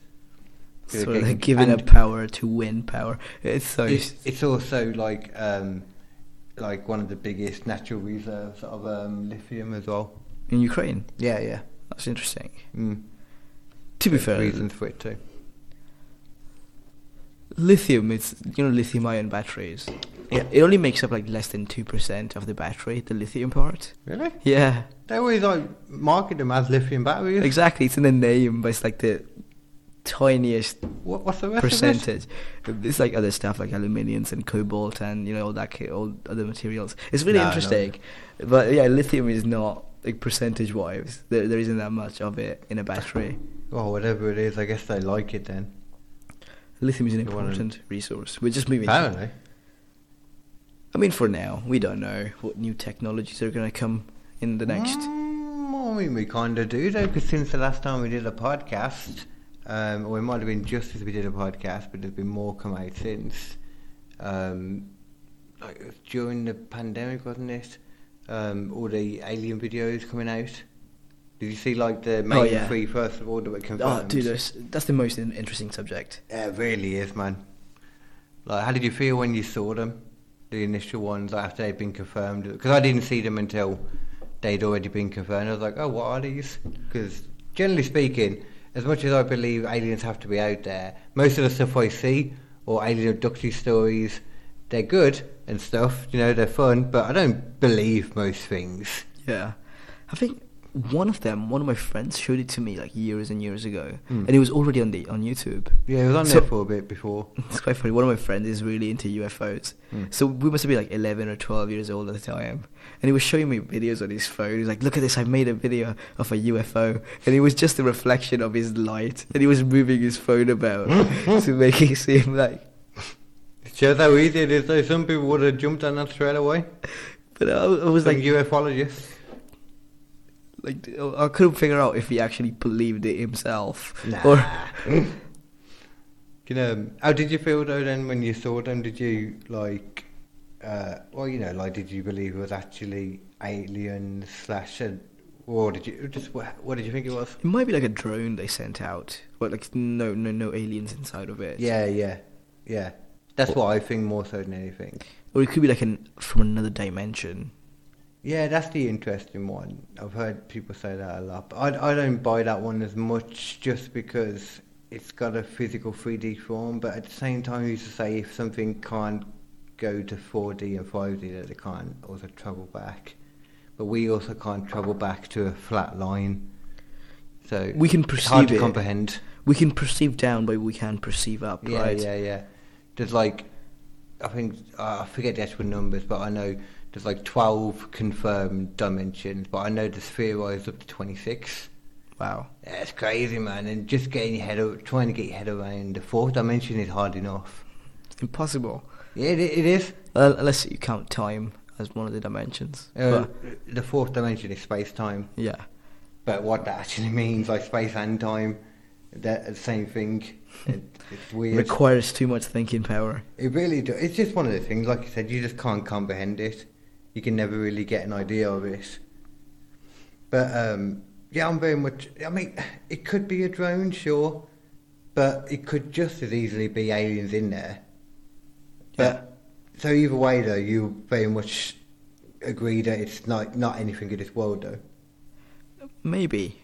S3: So
S2: Okay,
S3: they're giving
S2: and-
S3: up power to win power. It's so.
S2: It's, it's also like um, like one of the biggest natural reserves of um, lithium as well.
S3: in Ukraine.
S2: Yeah, yeah.
S3: That's interesting.
S2: Mm.
S3: To be fair,
S2: reasons for it too.
S3: lithium. It's you know lithium ion batteries.
S2: Yeah.
S3: It only makes up like less than two percent of the battery, the lithium part.
S2: Really?
S3: Yeah.
S2: They always like market them as lithium batteries.
S3: Exactly, it's in the name, but it's like the tiniest
S2: What, what's the rest of it?
S3: percentage. It's like other stuff like aluminiums and cobalt and you know all that ki- all other materials. It's really
S2: No, no.
S3: interesting, but yeah, lithium is not like percentage wise. There, there isn't that much of it in a battery.
S2: Well, whatever it is, I guess they like it then.
S3: Lithium is an
S5: You wanna-
S3: important resource. We're just moving. to-
S5: Apparently.
S3: I mean, for now, we don't know what new technologies are going to come in the next.
S2: Mm, I mean, we kind of do though, because since the last time we did a podcast, um, or it might have been just as we did a podcast, but there's been more come out since. Um, like it was during the pandemic, wasn't it? Um, all the alien videos coming out. Did you see like the main
S3: Oh, yeah.
S2: three first of all that were confirmed?
S3: Oh, dude, that's, that's the most in- interesting subject.
S2: It really is, man. Like, how did you feel when you saw them, the initial ones like, after they'd been confirmed? Because I didn't see them until they'd already been confirmed. I was like, oh, what are these? Because generally speaking, as much as I believe aliens have to be out there, most of the stuff I see or alien abduction stories, they're good and stuff. You know, they're fun, but I don't believe most things.
S3: Yeah, I think one of them, one of my friends, showed it to me like years and years ago,
S5: Hmm.
S3: and it was already on the on YouTube.
S2: Yeah, it was on
S3: So-
S2: there for a bit before.
S3: (laughs) It's quite funny. One of my friends is really into UFOs,
S2: Hmm.
S3: so we must have been like eleven or twelve years old at the time, and he was showing me videos on his phone. He was like, "Look at this! I made a video of a UFO," and it was just a reflection of his light, and he was moving his phone
S2: (laughs)
S3: about to make it seem like.
S2: It shows how easy it is, though. Some people would have jumped on that straight away.
S3: But I, I
S2: It's
S3: was
S2: like
S3: like,
S2: ufologists.
S3: like I couldn't figure out if he actually believed it himself
S2: Nah.
S3: or.
S2: you know, um, how did you feel though then when you saw them? Did you like, uh, well, you know, like, did you believe it was actually aliens slash, and, or did you just what, what did you think it was?
S3: It might be like a drone they sent out, but like no, no, no aliens inside of it.
S2: Yeah, yeah, yeah. That's what I think more so than anything.
S3: Or it could be like an from another dimension.
S2: Yeah, that's the interesting one. I've heard people say that a lot, but I, I don't buy that one as much just because it's got a physical 3D form. But at the same time, you used to say if something can't go to 4D and 5D, that it can't also travel back. But we also can't travel back to a flat line. So
S3: We can
S2: it's hard
S3: perceive
S2: to
S3: it.
S2: comprehend.
S3: We can perceive down, but we can perceive up,
S2: Yeah,
S3: right?
S2: yeah, yeah. There's like, I think uh, I forget the actual numbers, but I know there's like 12 confirmed dimensions, but I know there's theorized up to 26.
S3: Wow.
S2: That's crazy, man. And just getting your head, ar- trying to get your head around the fourth dimension is hard enough.
S3: It's impossible.
S2: Yeah, it, it is.
S3: Well, unless you count time as one of the dimensions.
S2: Uh,
S3: But,
S2: the fourth dimension is space time,
S3: yeah.
S2: but what that actually (laughs) means, like space and time, that the same thing. It, it's weird.
S3: Requires too much thinking power.
S2: It really do. It's just one of the things, like you said, you just can't comprehend it. You can never really get an idea of it. But um, yeah, I'm very much. I mean, it could be a drone, sure, but it could just as easily be aliens in there. But so either way, though, you very much agree that it's not not anything in this world, though.
S3: Maybe.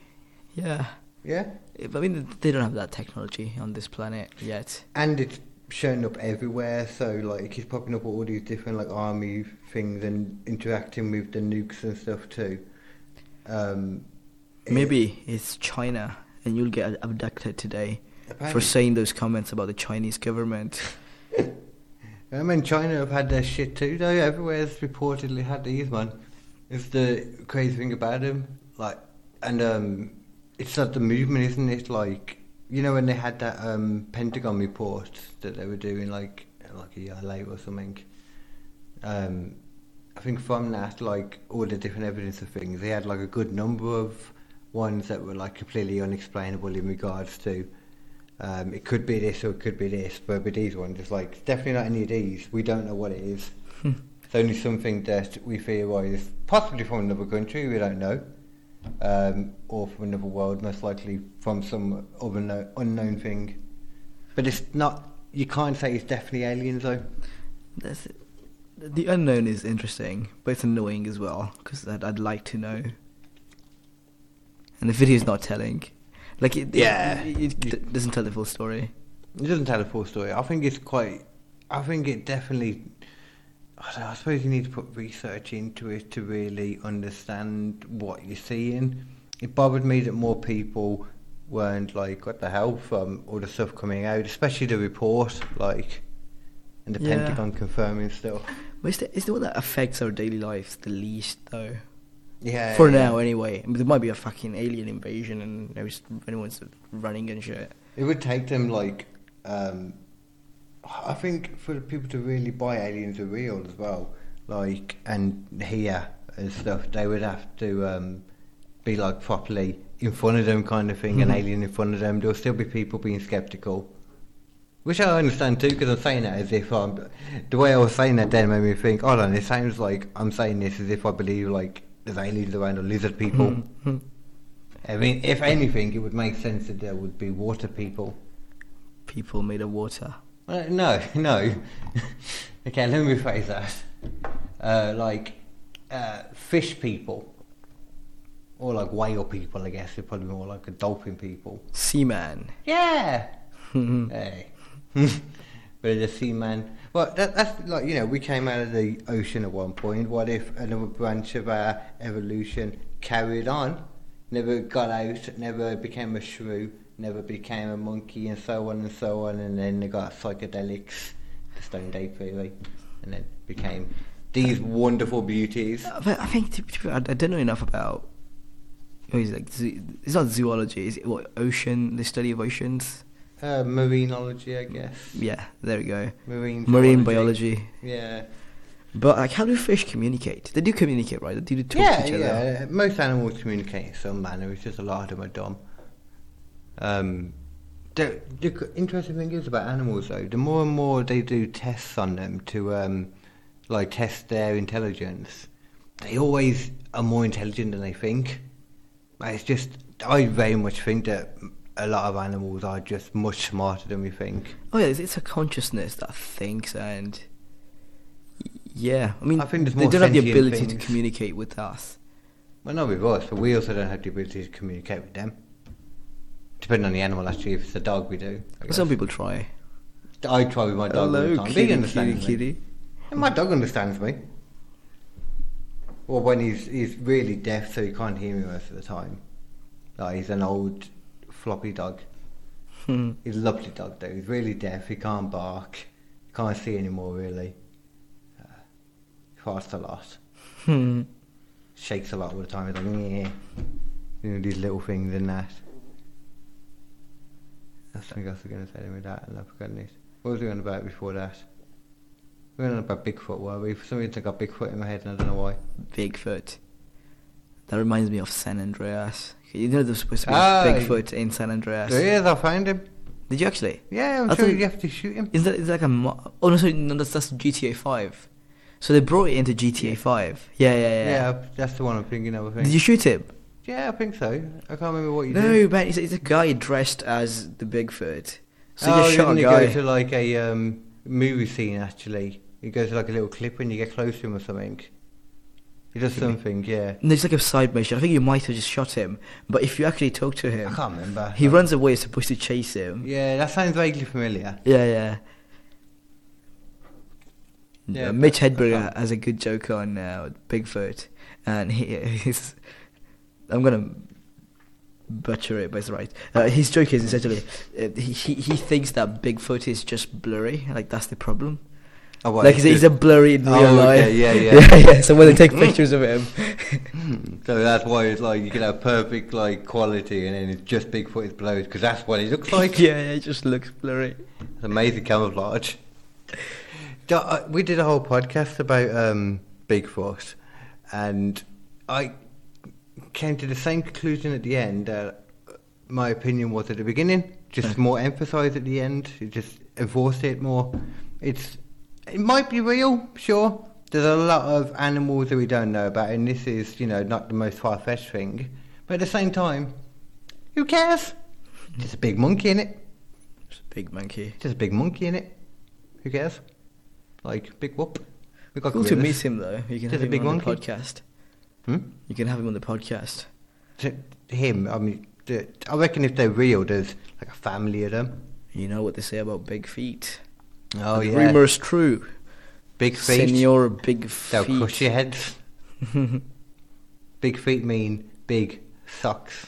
S3: Yeah.
S2: Yeah,
S3: If- I mean, they don't have that technology on this planet yet.
S2: and it's showing up everywhere. So like, it's popping up all these different like army things and interacting with the nukes and stuff too. Um, it-
S3: Maybe it's China, and you'll get abducted today for
S2: Apparently.
S3: saying those comments about the Chinese government. (laughs)
S2: I mean, China have had their shit too, though. Everywhere's reportedly had these, man. It's the crazy thing about them. Like, and um, it's not the movement, isn't it? Like, you know, when they had that um, Pentagon report that they were doing, like, like a year late or something. Um, I think from that, like, all the different evidence of things, they had like a good number of ones that were like completely unexplainable in regards to um, it could be this or it could be this, but with these ones, it's like definitely not any of these. We don't know what it is. it's only something that we theorise, possibly from another country, we don't know, um, or from another world, most likely from some other no- unknown thing. But it's not. You can't say it's definitely aliens, though.
S3: That's, the unknown is interesting, but it's annoying as well because I'd, I'd like to know. And the video's not telling. Like, it,
S2: Yeah.
S3: it, it, d- doesn't tell the full story.
S2: It doesn't tell a full story. I think it's quite. I think it definitely. I, don't know, I suppose you need to put research into it to really understand what you're seeing. It bothered me that more people weren't like, "What the hell?" from all the stuff coming out, especially the report, like, and the
S3: Yeah.
S2: Pentagon confirming stuff.
S3: But it's the, it's the one that affects our daily lives the least, though.
S2: Yeah.
S3: For
S2: yeah.
S3: now, anyway. I mean, there might be a fucking alien invasion and there's- everyone's running and shit.
S2: It would take them like um, I think for the people to really buy Aliens Are Real as well, like and here and stuff, they would have to um, be like properly in front of them kind of thing, an alien in front of them. There'll still be people being skeptical, which I understand too, because I'm saying that as if I'm. The way I was saying that then made me think, hold on, it sounds like I'm saying this as if I believe like there's aliens around or lizard people.
S3: Mm-hmm. Hmm.
S2: I mean, if anything, it would make sense that there would be water people.
S3: People made of water.
S2: Uh, no, (laughs) no. okay, let me rephrase that. Uh, like uh, fish people, or like whale people. I guess they're probably more like a dolphin people.
S3: Seaman.
S2: Yeah. hey. (laughs) but the sea man. Well, that, that's like you know we came out of the ocean at one point. What if another branch of our evolution carried on, never got out, never became a shrew, never became a monkey, and so on and so on, and then they got psychedelics, the Stone Day theory, and then became these wonderful beauties.
S3: Uh, But I think to, to, be fair, I, I don't know enough about. Oh, it's like zoo, it's not zoology. Is it what ocean? The study of oceans.
S2: Uh, marinology, I guess.
S3: Yeah, there we go.
S2: Marine
S3: Marine
S2: biology.
S3: biology.
S2: Yeah.
S3: But like, how do fish communicate? They do communicate, right? They do talk
S2: yeah,
S3: to each
S2: yeah.
S3: other.
S2: Most animals communicate in some manner. It's just a lot of them are dumb. Um, the, the c- interesting thing is about animals, though, the more and more they do tests on them to, um, like, test their intelligence, they always are more intelligent than they think. Like, It's just, I very much think that a lot of animals are just much smarter than we think.
S3: Oh yeah, it's, it's a consciousness that thinks and. Yeah, I mean,
S2: I think there's
S3: they
S2: more
S3: don't have the
S2: sentient
S3: ability
S2: things.
S3: to communicate with us.
S2: Well, not with us, but we also don't have the ability to communicate with them. Depending on the animal, actually, if it's a dog, we do. I
S3: But some
S2: guess.
S3: people try.
S2: I try with my dog all the
S3: Hello,
S2: time. he
S3: kitty, kitty,
S2: understands me.
S3: kitty.
S2: And my dog understands me. Well, when he's he's really deaf, so he can't hear me most of the time. Like he's an old floppy dog.
S3: Hmm.
S2: He's a lovely dog though. He's really deaf. He can't bark. Can't see anymore really. Uh, farts a lot.
S3: Hmm.
S2: Shakes a lot all the time. He's like yeah, you know these little things and that. That's something else I was going to say to me that, and I've forgotten it. What was we on about before that? We were on about Bigfoot, were we? For some reason I got Bigfoot in my head and I don't know why.
S3: Bigfoot. That reminds me of San Andreas. You know there's supposed to be
S2: Ah,
S3: Bigfoot in San Andreas.
S2: There he is, I found him.
S3: Did you actually?
S2: Yeah, I'm
S3: I
S2: sure
S3: thought-
S2: you have to shoot him.
S3: Is that is that like a mo- oh no sorry no that's that's GTA Five. So they brought it into GTA Five. Yeah yeah
S2: Yeah.
S3: yeah.
S2: that's the one I'm thinking of, I think.
S3: Did you shoot him?
S2: Yeah, I think so. I can't remember what you did.
S3: No man, it's, it's a guy dressed as the Bigfoot. So
S2: oh,
S3: you just shot
S2: then
S3: a
S2: you
S3: guy.
S2: go to like a um, movie scene, actually. You go to like a little clip when you get close to him or something. He does something, yeah.
S3: No, it's like a side mission. I think you might have just shot him, but if you actually talk to
S2: I
S3: him,
S2: can't remember.
S3: he runs away. You're supposed to chase him.
S2: Yeah, that sounds vaguely familiar.
S3: Yeah, yeah.
S2: Yeah,
S3: Uh, Mitch
S2: but-
S3: Hedberg has a good joke on uh, Bigfoot, and he, he's. I'm gonna butcher it, but it's right. Uh, his joke is essentially uh, he, he he thinks that Bigfoot is just blurry, like that's the problem.
S2: Oh, what,
S3: like he's, he's a blurry in real
S2: Oh, okay,
S3: life. (laughs)
S2: yeah, Mm. yeah. Hmm,
S3: yeah, yeah. So when they take pictures of him,
S2: So that's why it's like you can have perfect like quality, and then it's just Bigfoot is blurred because that's what he looks (laughs) like.
S3: (laughs) yeah, yeah, it just looks blurry.
S2: It's amazing camouflage. Do- uh, We did a whole podcast about um, Bigfoot, and I came to the same conclusion at the end that my opinion was at the beginning, just more emphasised at the end. It just enforced it more. It's it might be real, sure. There's a lot of animals that we don't know about, and this is you know not the most far fetched thing. But at the same time, who cares? There's a big monkey in it
S3: Just a big monkey.
S2: just a big monkey in it. Who cares? Like big whoop. We got
S3: Cool to
S2: gorillas.
S3: meet him though. You can
S2: Just
S3: have
S2: a
S3: him
S2: big
S3: on the
S2: monkey.
S3: podcast.
S2: Hmm?
S3: You can have him on the podcast.
S2: To- to him. I mean, the, I reckon if they're real, there's like a family of them.
S3: You know what they say about big feet.
S2: Oh
S3: The
S2: yeah,
S3: Rumors true.
S2: big feet.
S3: Senor Big
S2: They'll
S3: Feet.
S2: crush your
S3: (laughs)
S2: heads. big feet mean big socks.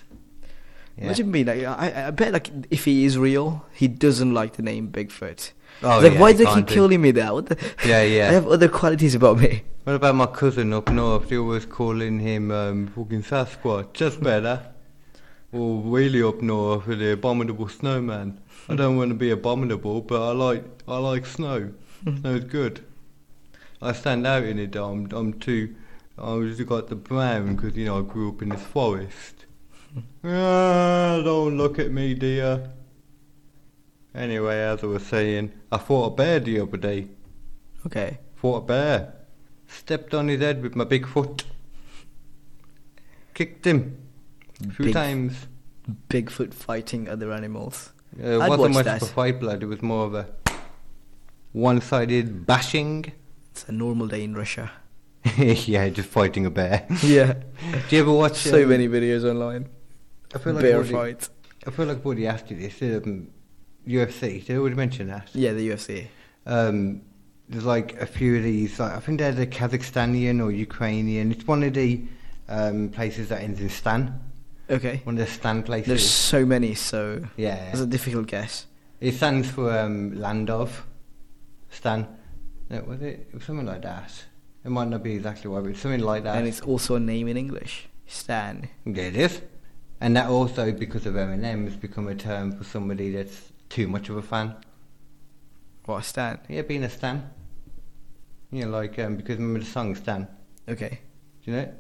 S2: Yeah.
S3: Imagine being like, I, I bet like if he is real, he doesn't like the name Bigfoot.
S2: Oh,
S3: He's like,
S2: yeah,
S3: why
S2: he
S3: do you keep
S2: can't do-
S3: killing me now? What the...
S2: (laughs) Yeah, yeah.
S3: (laughs) I have other qualities about me.
S2: What about my cousin up north? They always calling him um, fucking Sasquatch. That's better. or really up north with the abominable snowman. I don't want to be abominable, but I like I like snow. Snow's good. I stand out in it. though. I'm I'm too. I was got the brown because you know I grew up in this forest. ah, don't look at me, dear. Anyway, as I was saying, I fought a bear the other day.
S3: Okay.
S2: Fought a bear. Stepped on his head with my big foot. Kicked him. A few
S3: Big-
S2: times.
S3: Bigfoot fighting other animals.
S2: Uh, It
S3: I'd watch
S2: wasn't much
S3: that.
S2: of a fight, blood. It was more of a one-sided bashing. (laughs)
S3: It's a normal day in Russia.
S2: yeah, just fighting a bear.
S3: yeah.
S2: Do you ever watch?
S3: So
S2: um,
S3: many videos online.
S2: I feel like
S3: Bear
S2: Woody-
S3: fights.
S2: I feel like Woody asked you this. Um, UFC. Did I already mention that?
S3: Yeah, the UFC.
S2: um, there's like a few of these. Like, I think they're the Kazakhstanian or Ukrainian. It's one of the um, places that ends in Stan.
S3: Okay.
S2: One of the Stan places.
S3: There's so many, so
S2: yeah,
S3: that's a difficult guess.
S2: it stands for um, land of Stan. No, was it? It was something like that. It might not be exactly what, but it's something like that.
S3: And it's also a name in English. Stan.
S2: There it is. And that also, because of Eminem, has become a term for somebody that's too much of a fan.
S3: What Stan?
S2: Yeah, being a Stan. You know, like, um, because remember the song Stan?
S3: Okay.
S2: Do you know it?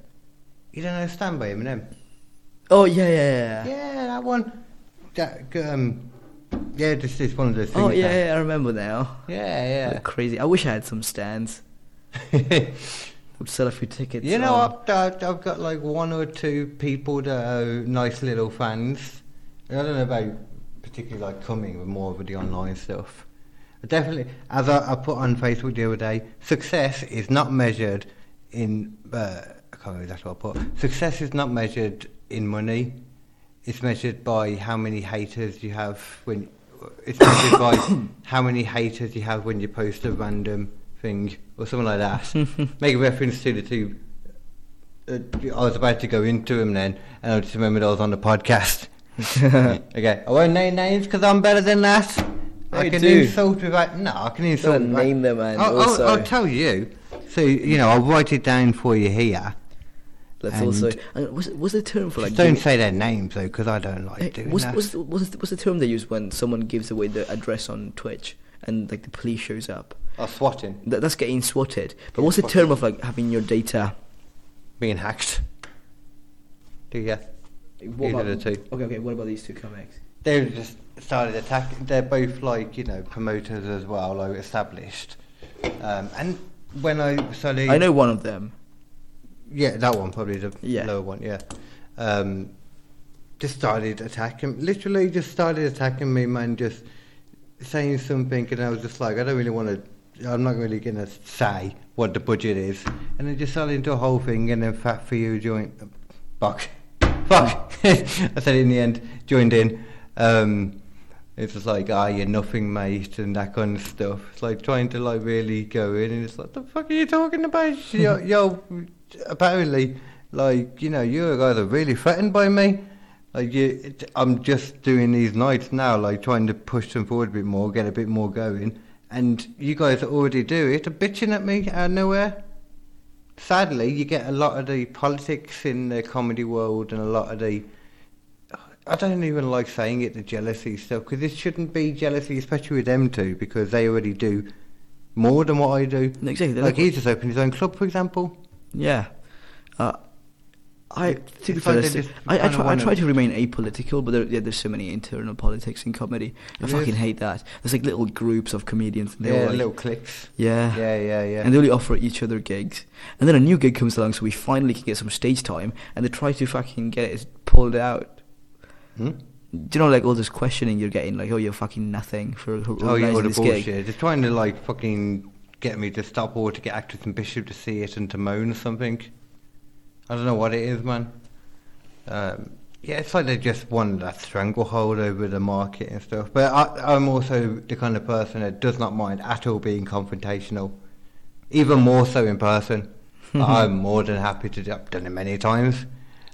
S2: You don't know Stan by Eminem?
S3: Oh yeah, yeah, yeah. yeah.
S2: Yeah, that one. That, um, yeah, this is one of those things.
S3: Oh yeah,
S2: that-
S3: yeah, I remember now.
S2: yeah,
S3: Like crazy. I wish I had some stands.
S2: yeah. (laughs)
S3: Would sell a few tickets.
S2: you know,
S3: on-
S2: I've, I've I've got like one or two people that are nice little fans. I don't know about particularly like coming with more of the online stuff. I definitely, as I, I put on Facebook the other day, success is not measured in. Uh, I can't remember exactly what I put. Success is not measured in money. It's measured by how many haters you have when. It's measured by how many haters you have when you post a random thing or something like that. Make reference to the two. Uh, I was about to go into them then, and I just remembered I was on the podcast. okay, I won't name names because I'm better than that. I
S3: Hey,
S2: can
S3: dude.
S2: insult without. No, I can insult.
S3: Gotta
S2: without-
S3: name them and
S2: I'll,
S3: also-
S2: I'll, I'll tell you. So you know, I'll write it down for you here.
S3: Let's
S2: and-
S3: also. And what's, what's the term for like?
S2: Just don't
S3: giving-
S2: say their names though, because I don't like
S3: Hey,
S2: doing
S3: what's,
S2: that.
S3: what's, what's, what's the term they use when someone gives away the address on Twitch and like the police shows up?
S2: Oh, swatting,
S3: That, that's getting swatted. But what's the term of like having your data?
S2: being hacked. Do you?
S3: What
S2: Either the two.
S3: Okay, okay. What about these two comics?
S2: They just started attacking. They're both like you know promoters as well, like established. Um, and when I started,
S3: I know one of them.
S2: Yeah, that one probably the
S3: Yeah.
S2: lower one. Yeah, um, just started attacking. Literally, just started attacking me, man. Just saying something, and I was just like, I don't really want to. I'm not really gonna say what the budget is, and then just started into a whole thing, and then fat for you joined. Fuck, (laughs) fuck. (laughs) I said it in the end, joined in. Um, it's just like, ah, you're nothing, mate, and that kind of stuff. It's like trying to like really go in, and it's like, the fuck are you talking about? (laughs) Yo, yo apparently, like you know, you guys are really threatened by me. Like you, it, I'm just doing these nights now, like trying to push them forward a bit more, get a bit more going, and you guys already do it. Are bitching at me out of nowhere. Sadly, you get a lot of the politics in the comedy world and a lot of the I don't even like saying it, the jealousy stuff, because it shouldn't be jealousy, especially with them two, because they already do more than what I do.
S3: No, exactly, they're
S2: Like,
S3: like-
S2: he just opened his own club, for example.
S3: Yeah. Uh, I to be
S2: it's
S3: fair,
S2: like
S3: there's
S2: they
S3: so-
S2: just
S3: I, I,
S2: kinda
S3: try, I
S2: wanna-
S3: try to remain apolitical, but there, yeah, there's so many internal politics in comedy. I
S2: Yes.
S3: fucking hate that. There's like little groups of comedians. And they all,
S2: Yeah,
S3: like-
S2: little clicks.
S3: (laughs) Yeah.
S2: Yeah, yeah, yeah.
S3: And they only offer each other gigs. And then a new gig comes along, so we finally can get some stage time, and they try to fucking get it pulled out.
S2: Hmm?
S3: Do you know, like all this questioning you're getting, like, oh, you're fucking nothing for for
S2: Oh, yeah,
S3: organising
S2: all the
S3: this
S2: bullshit.
S3: gig.
S2: They're trying to, like, fucking get me to stop or to get actors and Bishop to see it and to moan or something. I don't know what it is, man. Um, yeah, it's like they just want that stranglehold over the market and stuff. But I, I'm also the kind of person that does not mind at all being confrontational, even more so in person.
S3: (laughs)
S2: I'm more than happy to do. I've done it many times,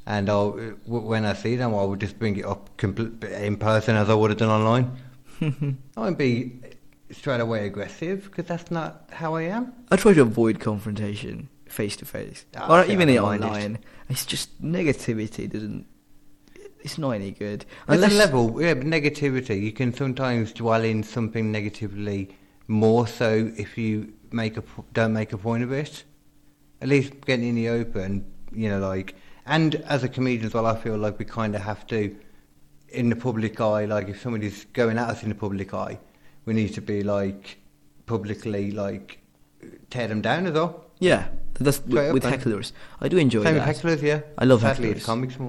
S2: and I'll, w- when I see them, I will just bring it up compl- in person as I would have done online. I won't be straight away aggressive because that's not how I am.
S3: I try to avoid confrontation face to face,
S2: Ah,
S3: or
S2: see, I
S3: even
S2: don't
S3: in
S2: mind it.
S3: online. It's just negativity doesn't. It's not any good.
S2: Unless... There's a level, yeah, but negativity. You can sometimes dwell in something negatively more so if you make a po- don't make a point of it. At least getting in the open, you know, like. And as a comedian as well, I feel like we kind of have to, in the public eye, like if somebody's going at us in the public eye, we need to be like publicly like tear them down as well.
S3: Yeah, that's
S2: Straight
S3: with,
S2: up,
S3: with
S2: man.
S3: hecklers. I do enjoy
S2: Same with
S3: that.
S2: hecklers, yeah.
S3: I love
S2: Sadly,
S3: hecklers.
S2: it's comics more.